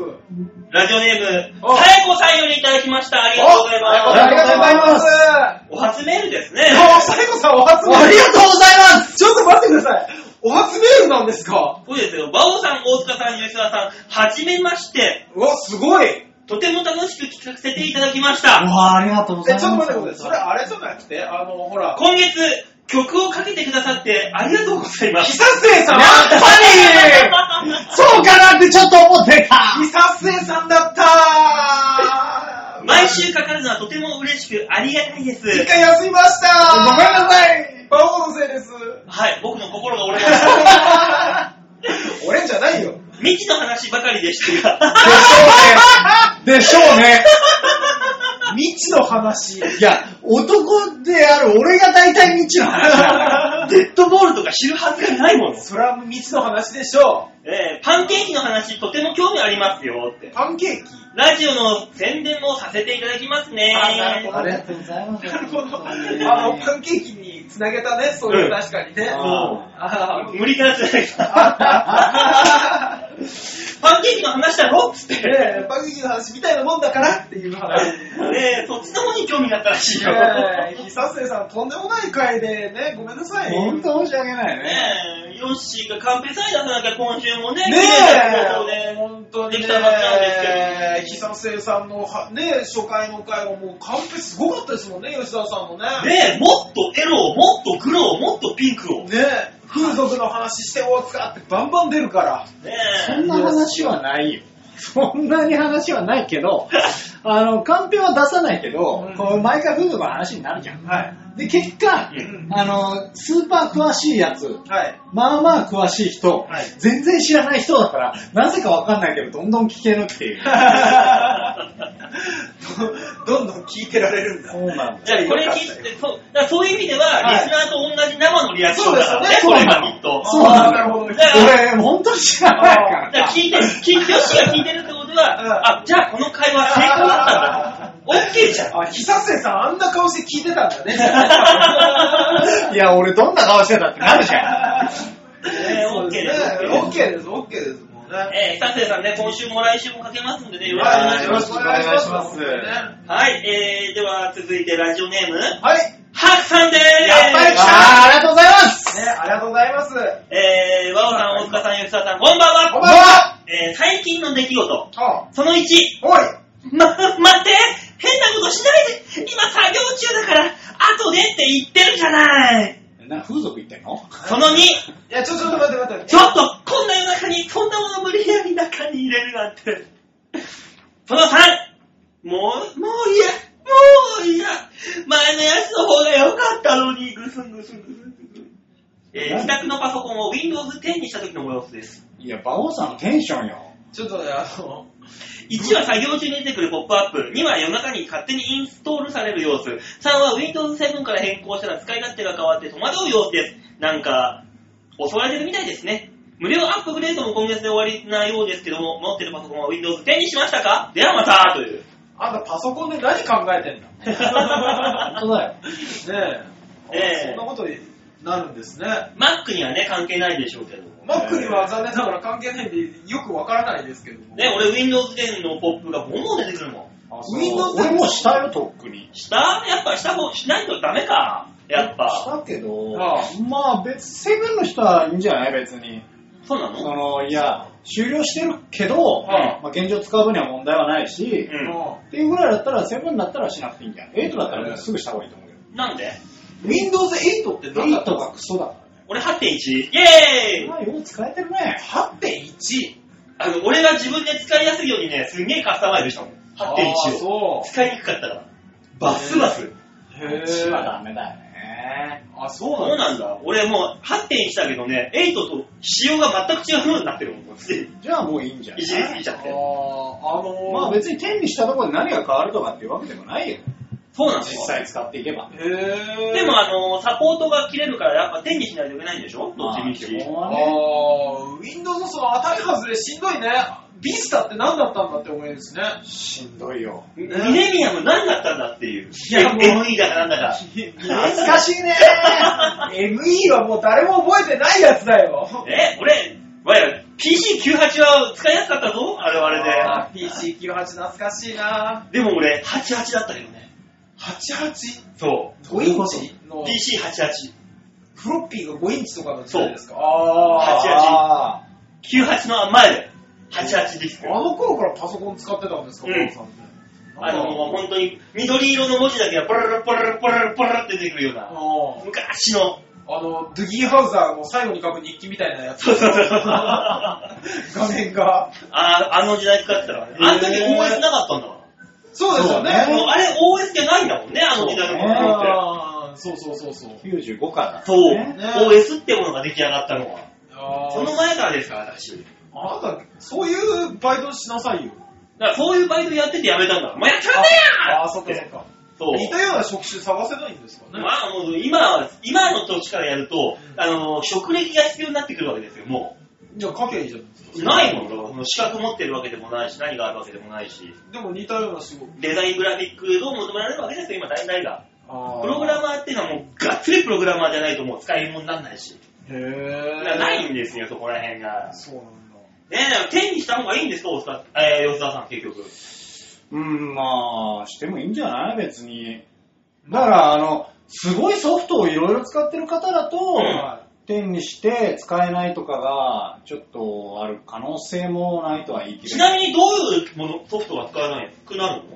ラジオネーム、
お
さやこさんよりいただきました。ありがとうござい
お
あ
あ
り
ま
り
が
が
と
と
う
う
ござ
ござ
い
い
ま
ますす。
す。お初メールですね。
お、サイコさんお初メール。
とうございます
ちょっと待ってください。お初メールなんですか
そうですよ。バオさん、大塚さん、吉田さん、はじめまして。
うわ、すごい。え、
とても楽しく聞かせていただきまし
う
た。
わありがとうござ
ち
い
ょ
ま
っ
す。
と待ってください。それあれじゃなくて、あの、ほら、
今月、曲をかけてくださってありがとうございま
久
す。
末さん
やっぱ
*laughs*
りそうかなってちょっと思ってた
久末さんだったー
毎週かかるのはとても嬉しくありがたいです。
一回休みましたー
ごめんなさい
バオのせいです。
はい、僕の心が折れま
*laughs*
した。
俺じゃないよ。
未知の話ばかりでした
*laughs*
が、
でしょうね。でしょうね。
未知の話。
いや、男である俺が大体未知の話だ。
デッドボールとか知るはずがないもの。
それは未知の話でしょ
えー、パンケーキの話とても興味ありますよっ
う。
て。
パンケーキ
ラジオの宣伝もさせていただきますね。
あなるほど
ありがとうございます。
なるほど。あの、パンケーキにつなげたね、そういう確かにね。
あ
あー
無理からじゃ
*laughs*
ない
あ
か。パンケーキの話だろっつって。
ねえパンケーキの話みたいなもんだからっていう話。ね
えー、そっちの方に興味があったらしいよ。
え久末さん、とんでもない回でね、ごめんなさい。
本当申し訳ないね。
ねえ、ヨッシーがカンペさえ出さなきゃ今週もね、
ねえ、
え
本当にね、
できたはずなんですけど
久瀬さんのはね初回の回はもう完璧すごかったですもんね、吉田さんもね。
ねえ、もっとエロを、もっと黒を、もっとピンクを。ね
ね風俗の話して大塚ってバンバン出るから。
え。
そんな話はないよ。そんなに話はないけど、あの、カンペは出さないけど、
うん
こう毎回夫婦の話になるじゃん。
はい。
で、結果、
うん
あの、スーパー詳しいやつ、
はい。
まあまあ詳しい人、
はい
全然知らない人だから、なぜかわかんないけど、どんどん聞けるっていう。
*laughs* どんどん聞いてられるんだ。
そうなんだ。
じゃあこれ聞いて、そう、だからそういう意味では、
はい
リスナーと同じ生のリアクションだからね、
そう
こ
で
れ
すよね
がきっと。
そうなんだ
あーなるほどね。
だから
俺、本当に知らないから。
だから聞いてる、聞いてよしが聞いてるってこと
うん
は、あ、じゃあこの会話成功だったんだ。オッケーじゃん。
あ、久瀬さんあんな顔して聞いてたんだね。
*laughs* いや、俺どんな顔してたってなるじゃん。
ねオッケーです
オッケーです、オッケーです。もうね。
えー、久瀬さんね、今週も来週もかけますんでね、よろしくお願い
はい
し
よ
ま
ろ
す。
しくお願いしま
お
す。
願いしま
はい、えー、では続いてラジオネーム、
はい。
ハクさんでーす
やっぱり来た
あーありがとうございます
ね、ありがとうございます。
えー、ワオさん、大塚さん、吉沢さん、こんばんは
こんばんは
えー、最近の出来事、
あ、
その1、
おい。
ま、待って変なことしないで今作業中だから、後でって言ってるじゃない
な、風俗行ってんの
その2、
いや、ちょ、ちょっと待って待って。
ちょっとこんな夜中にそんなもの無理やり中に入れるなんて。その3、もう、もういや、もういや、前のやつの方が良かったのに、ぐすんぐすんぐすんぐすん。えー自宅のパソコンを Windows 10にした時のご様子です。
いや、馬王さんのテンションよ。
ちょっとね、あの、
1は作業中に出てくるポップアップ、2は夜中に勝手にインストールされる様子、3は Windows 7から変更したら使い勝手が変わって戸惑う様子です。なんか、襲われてるみたいですね。無料アップグレードも今月で終わりなようですけども、持ってるパソコンは Windows 10にしましたかではまたという。
あんたパソコンで何考えてんだね
本当だよ。
*laughs*
え。
ええ
そんなことになるんですね。
Mac にはね、関係ないでしょうけど。
マックには残念ながら関係ないんで、よくわからないですけども。
ね、俺 Windows 10のポップがボンボン出てくるもん。
あ
そう
俺もうしたよ、とっくに。
下やっぱ下方しないとダメか。やっ
し
ぱ。
たけど、
あ
まあ別、セブンの人はいいんじゃない別に。
そうな
そ
の
の、いや、終了してるけど、
あ
まあ現状使う分には問題はないし、
う
っていうぐらいだったら、セブンだったらしなくていいんじゃん。エイトだったらもうすぐした方がいいと思うけど。
ん。なんで
うん。Windows 8って
エ
何だ
イ
った
ト
の
がクソだからね。
俺8.1。イェーイ
まあ、よう使えてるね。
8.1?
あの、俺が自分で使いやすいようにね、すんげえカスタマイズしたもん。
あ
8.1を。
そ
使いにくかったから。バスバス。
う。へ
1は
え。
ダメだよね。
あ、そう
そう
なんだ。
なんだ。俺もう8.1だけどね、8と仕様が全く違うようになってるもん。い
じゃあもういいんじゃない
じりすぎちゃっ
あ
て。
ーあのー、
まあ別に10にしたところで何が変わるとかっていうわけでもないよ。
そうなん
実
ですよ。
際使っていけば。
へえ。
でもあの、サポートが切れるからやっぱ手にしないといけないんでしょどっちにし
まあ基
て
本
も。
はね
あー、Windows のその当たり外れしんどいね。ビスタって何だったんだって思いですね。
しんどいよ。
ミレミアム何だったんだっていう。い
やもう
ME だかなんだか。
懐かしいね
ME はもう誰も覚えてないやつだよ。
え、俺、わや、PC98 は使いやすかったぞあれはあ
あー PC98 懐かしいな
れで。でも俺、88だったけどね。
88?
そう。
5インチの
PC88。
フロッピーが5インチとかの時代ですか
88
あ
あ
98の前で。88ディスク
ー。あの頃からパソコン使ってたんですか、
うん
ポロさんって。
あの、本当に緑色の文字だけがポロロポロロポロロポロロって出てくるよう
あ
な。
ー
昔
*laughs*
の。
あの、ドゥギーハウザーの最後に書く日記みたいなやつ。
そうそうそう。
画
あ
面が。
あの時代使ってたからね。あの時 OS なかったんだか
そうです
そう
ら。
よね。
もうあれ OS じゃないんだもんね、あの時代のコンピューターって。
あーそうそうそうそう。
あ。95からだった
そう。
ね。
OS ってものが出来上がったのは。
あー
その前からですから、私。
あなた、そういうバイトしなさいよ。
だからそういうバイトやっててやめたんだから。もうやっちゃったやー
あー、そっかそっか。
そう。
似たような職種探せないんですかね。
まあもう今は、今の年からやると、あの、職歴が必要になってくるわけですよ、も
じゃあ書けばいいじゃないですか。
う。ないもん、だからその資格持ってるわけでもないし、何があるわけでもないし、
でも似たような仕事。
デザイングラフィックを求められるわけですよ、今大体が。
あ
プログラマーっていうのはもう、がっつりプログラマーじゃないともう使い物にならないし。
ム。へ
だか
ぇ
らないんですよ、そこら辺が。
そうなんだ。
ねえ、だから手にした方がいいんですか、大塚、えー、吉田さん、結局。
うん、まあ、してもいいんじゃない別に。だから、あの、すごいソフトをいろいろ使ってる方だと、
うん
は
点にして使えないとかが、ちょっとある可能性もないとは言い切
ち
れない。
なみにどういうもの、ソフトが使えないくなるの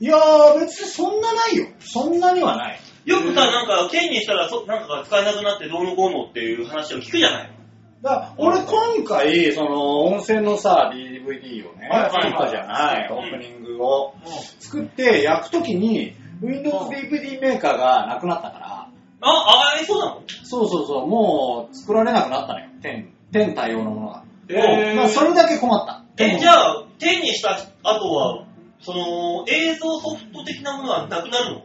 いやー、別にそんなないよ。そんなにはない。
よくさ、なんか、剣にしたらそ、なんかが使えなくなってどうのこうのっていう話を聞くじゃない
だから俺今回、その、温泉のさ、DVD をね、
はいは
は
い
い
作ったじゃない、
うん
オープニングを。
い。
作って焼くときに、Windows DVD メーカーがなくなったから、
あ、あれそうなの
そうそうそう、もう作られなくなったのよ。天、天対応のものが。
えー
まあそれだけ困った。
え、じゃあ、手にした後は、その、映像ソフト的なものはなくなるの
い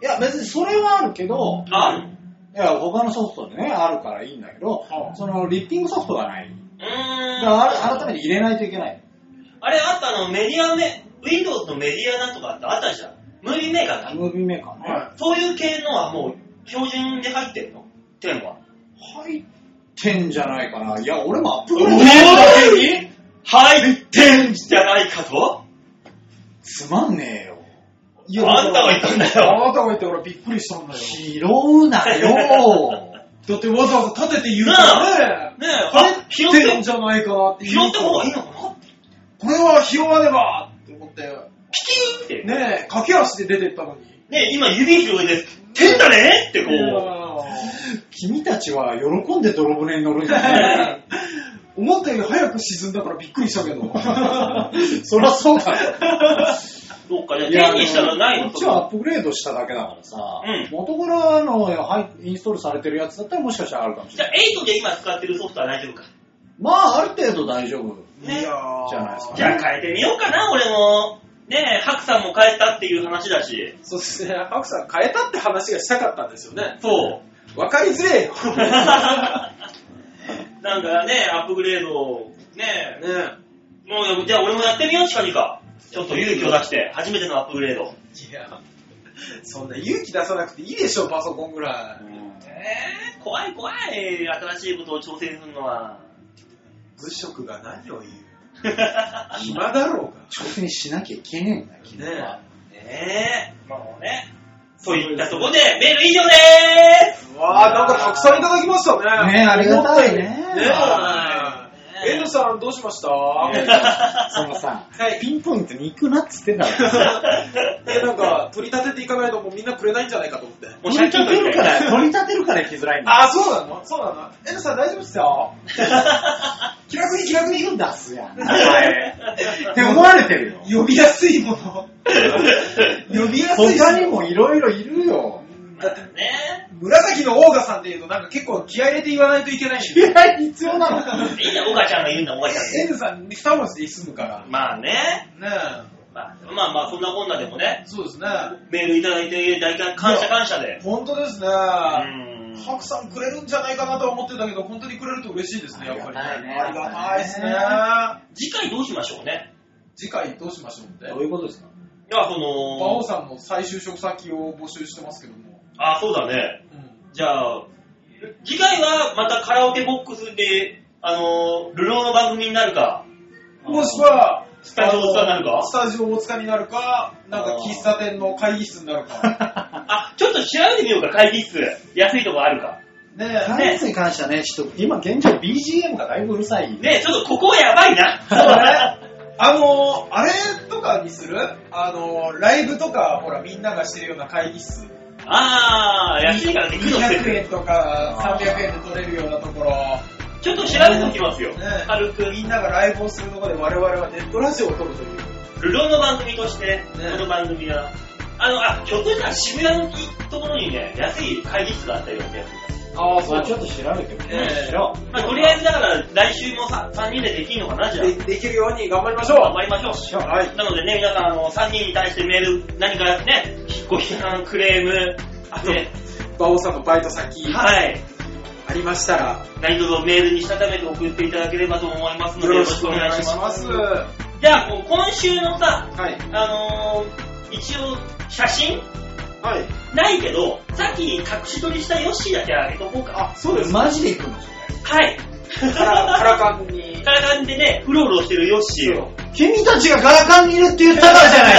や、別にそれはあるけど、
ある
いや、他のソフトでね、あるからいいんだけど、
うん
その、リッピングソフトがない。
う
だ
ー
か
ん。
ら、あ改めて入れないといけない。
あれあったあの、メディアメ、Windows のメディアなんとかってあったじゃん。ムービーメーカーだ。
ムービーメーカーね。
は
そういう系のはもう、標準で入ってんの点は。
入ってんじゃないかな。いや、俺もアップ
お
グレード
ーい入ってんじゃないかと
つまんねえよ。
い
あんたが言ったんだよ。
あなたが言って俺びっくりしたんだよ。
拾うな
*laughs*
よ。
だってわざわざ立てて言うからね。
ねえ、
入
あ拾っ
って
て
ん、じゃないかって
拾
言う
った
から
方がいいのかな
これは拾わねばって思って、
ピキーンって。ね
ねえ、駆け足で出てったのに。
今指広げて、点だねってこう。
君たちは喜んで泥船に乗るんじゃない
思ったより早く沈んだからびっくりしたけど。
*laughs* そりゃそうだ
どっか
よ。
じゃあ点にしたらないの
こっちはアップグレードしただけだからさ、
うん
元からのはいインストールされてるやつだったらもしかしたらあるかもし
じゃ
れ
あ
ない。
8で今使ってるソフトは大丈夫か。
まあ、ある程度大丈夫。
ね
ー
じゃないですか
じゃあ変えてみようかな、俺も。ねえ、ハクさんも変えたっていう話だし。
そして、ハクさん変えたって話がしたかったんですよね。
そう。
わかりづれえよ。
*laughs* なんかね、アップグレードをねえ、
ね
もう、じゃあ俺もやってみよう、近々。ちょっと勇気を出して、初めてのアップグレード。
いや、そんな勇気出さなくていいでしょ、パソコンぐらい。
えー、怖い怖い、新しいことを挑戦するのは。
物色が何を言う。暇だろうが。
挑戦しなきゃいけねえんだよ、君は。
ねえ、まあね。といったところで、メール以上でーす
うわあ、なんかたくさんいただきましたね。
ねえありがたいね
ね
は
え。エンドさんどうしました
ね
え、
その
*laughs*
さ、
はい
ピンポイントに行くなっつってんだから。
なんか取り立てていかないともうみんなくれないんじゃないかと思って。
もう社長が
取り立て
言っ
る
た
か
よ
ら、取り立てるから行きづらいんだ。
あ、そうなのそうなのエンドさん大丈夫っすよ。気楽に気楽に言うんだ。
出す
*laughs*
やん。って思われてるよ。
呼びやすいもの。
*laughs*
呼びやすい。
他に。もいろいろいるよ。
だって、
ね
*laughs* 紫のオーガさんっていうとなんか結構気合い入れて言わないといけないんで。
嫌い必要なの
いいんだ、岡ちゃんが言うんだ、岡ちゃん
*laughs* エンドさん二文字で済むから。
まあね。
ね
まあ、まあ、まあ、そんなこんなでもね
え。、そうですね。
メールいただいて、大体感謝感謝で。
本当ですね。
う
ハ
ん。
クさんくれるんじゃないかなとは思ってたけど、本当にくれると嬉しいですね、やっぱりね。あ
あ
り
り
が
が
た
た
い
い
で
ですす
ね
ね。
次回どうしましょうね。
次回どうしましょうって。
いうことですか
いや、そ
馬王
の、
さんの再就職先を募集してますけども。
あ、そうだね。
うん
じゃあ、次回はまたカラオケボックスで、あの、流浪の番組になるか。
もしくは、
スタジオ大塚になるか
あのスタジオ大塚になるか、なんか喫茶店の会議室になるか。
*laughs* あ、ちょっと調べてみようか、会議室。安いとこあるか。
ね
ダンスに関してはね、ちょっと今現状 BGM がだいぶうるさい。
ねちょっとここはやばいな。
そうだね。あのー、あれとかにするあのー、ライブとか、ほら、みんながしてるような会議室。
*laughs* あー、安いからね、苦労して
200
る。
円とか300円で取れるようなところ。
ちょっと調べておきますよ
ね。
軽く。
みんながライブをするところで我々はネットラジオを撮るという。
流浪の番組として、この番組が、あの、あ、ひょっとしたら渋谷のところにね、安い会議室があったような気がする。
ああ
まあちょっと調べてみましょう。
まあ、とりあえずだから、来週もさ3人でできるのかな、じゃあ。
でできるように頑張りましょう。
頑張りましょう。
はい。
なのでね、皆さん、あの、3人に対してメール、何かね、ご批判、クレーム、あと、ね、
馬王さんのバイト先
はい、
ありましたら、
何卒メールにしたためて送っていただければと思いますので、
よ
よ
ろ
ろ
し
し
く
く
お
お
願
願
い
い
し
し
ま。
ますす。
は
じゃあ、こう今週のさ、
い。
あのー一応、写真
はい。
ないけど、さっき隠し撮りしたヨッシーだけあげとこうか。
あ、そうです。
マジで行くのそ
*laughs*
はい。
カラカラカンに。
こんな感じでね、うろうろしてるヨッシーを。
れ君たちがガラカンにいるって言ったからじゃない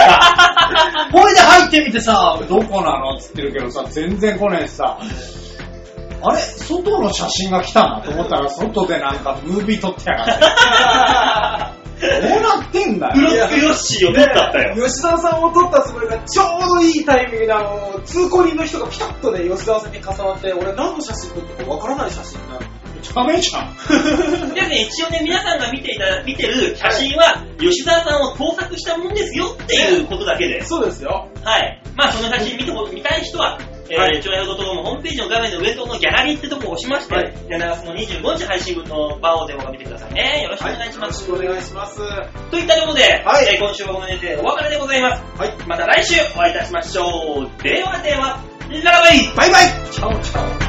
*laughs* か。ほいで入ってみてさ、どこなのっつってるけどさ、全然来ないしさ。あれ外の写真が来たなと思ったら、外でなんかムービー撮ってやがって。ど *laughs* うなってんだ
ブロ
よ。
ックヨッシーを撮ったったよ。
吉沢さんを撮ったつもりがちょうどいいタイミングであの通行人の人がピタッとね吉沢さんに重なって俺何の写真撮ったかわからない写真になる
ダメじゃん。
でね、一応ね、皆さんが見ていた、見てる写真は、吉沢さんを盗作したもんですよっていうことだけで。
そうですよ
はい。まあ、その写真見てほ見たい人は、え
は
ー、
い
ちょやドットコムホームページの画面の上のところのギャラリーってとこを押しまして、
はい
7月の25日配信分のバーをデモが見てくださいね。よろしくお願いします。
よろしくお願いします。は
といったところで、
はい
えー今週はこの辺でお別れでございます。
い。
また来週お会いいたしましょう。ではでは、ララバイ
バイバイ
チャオチャオ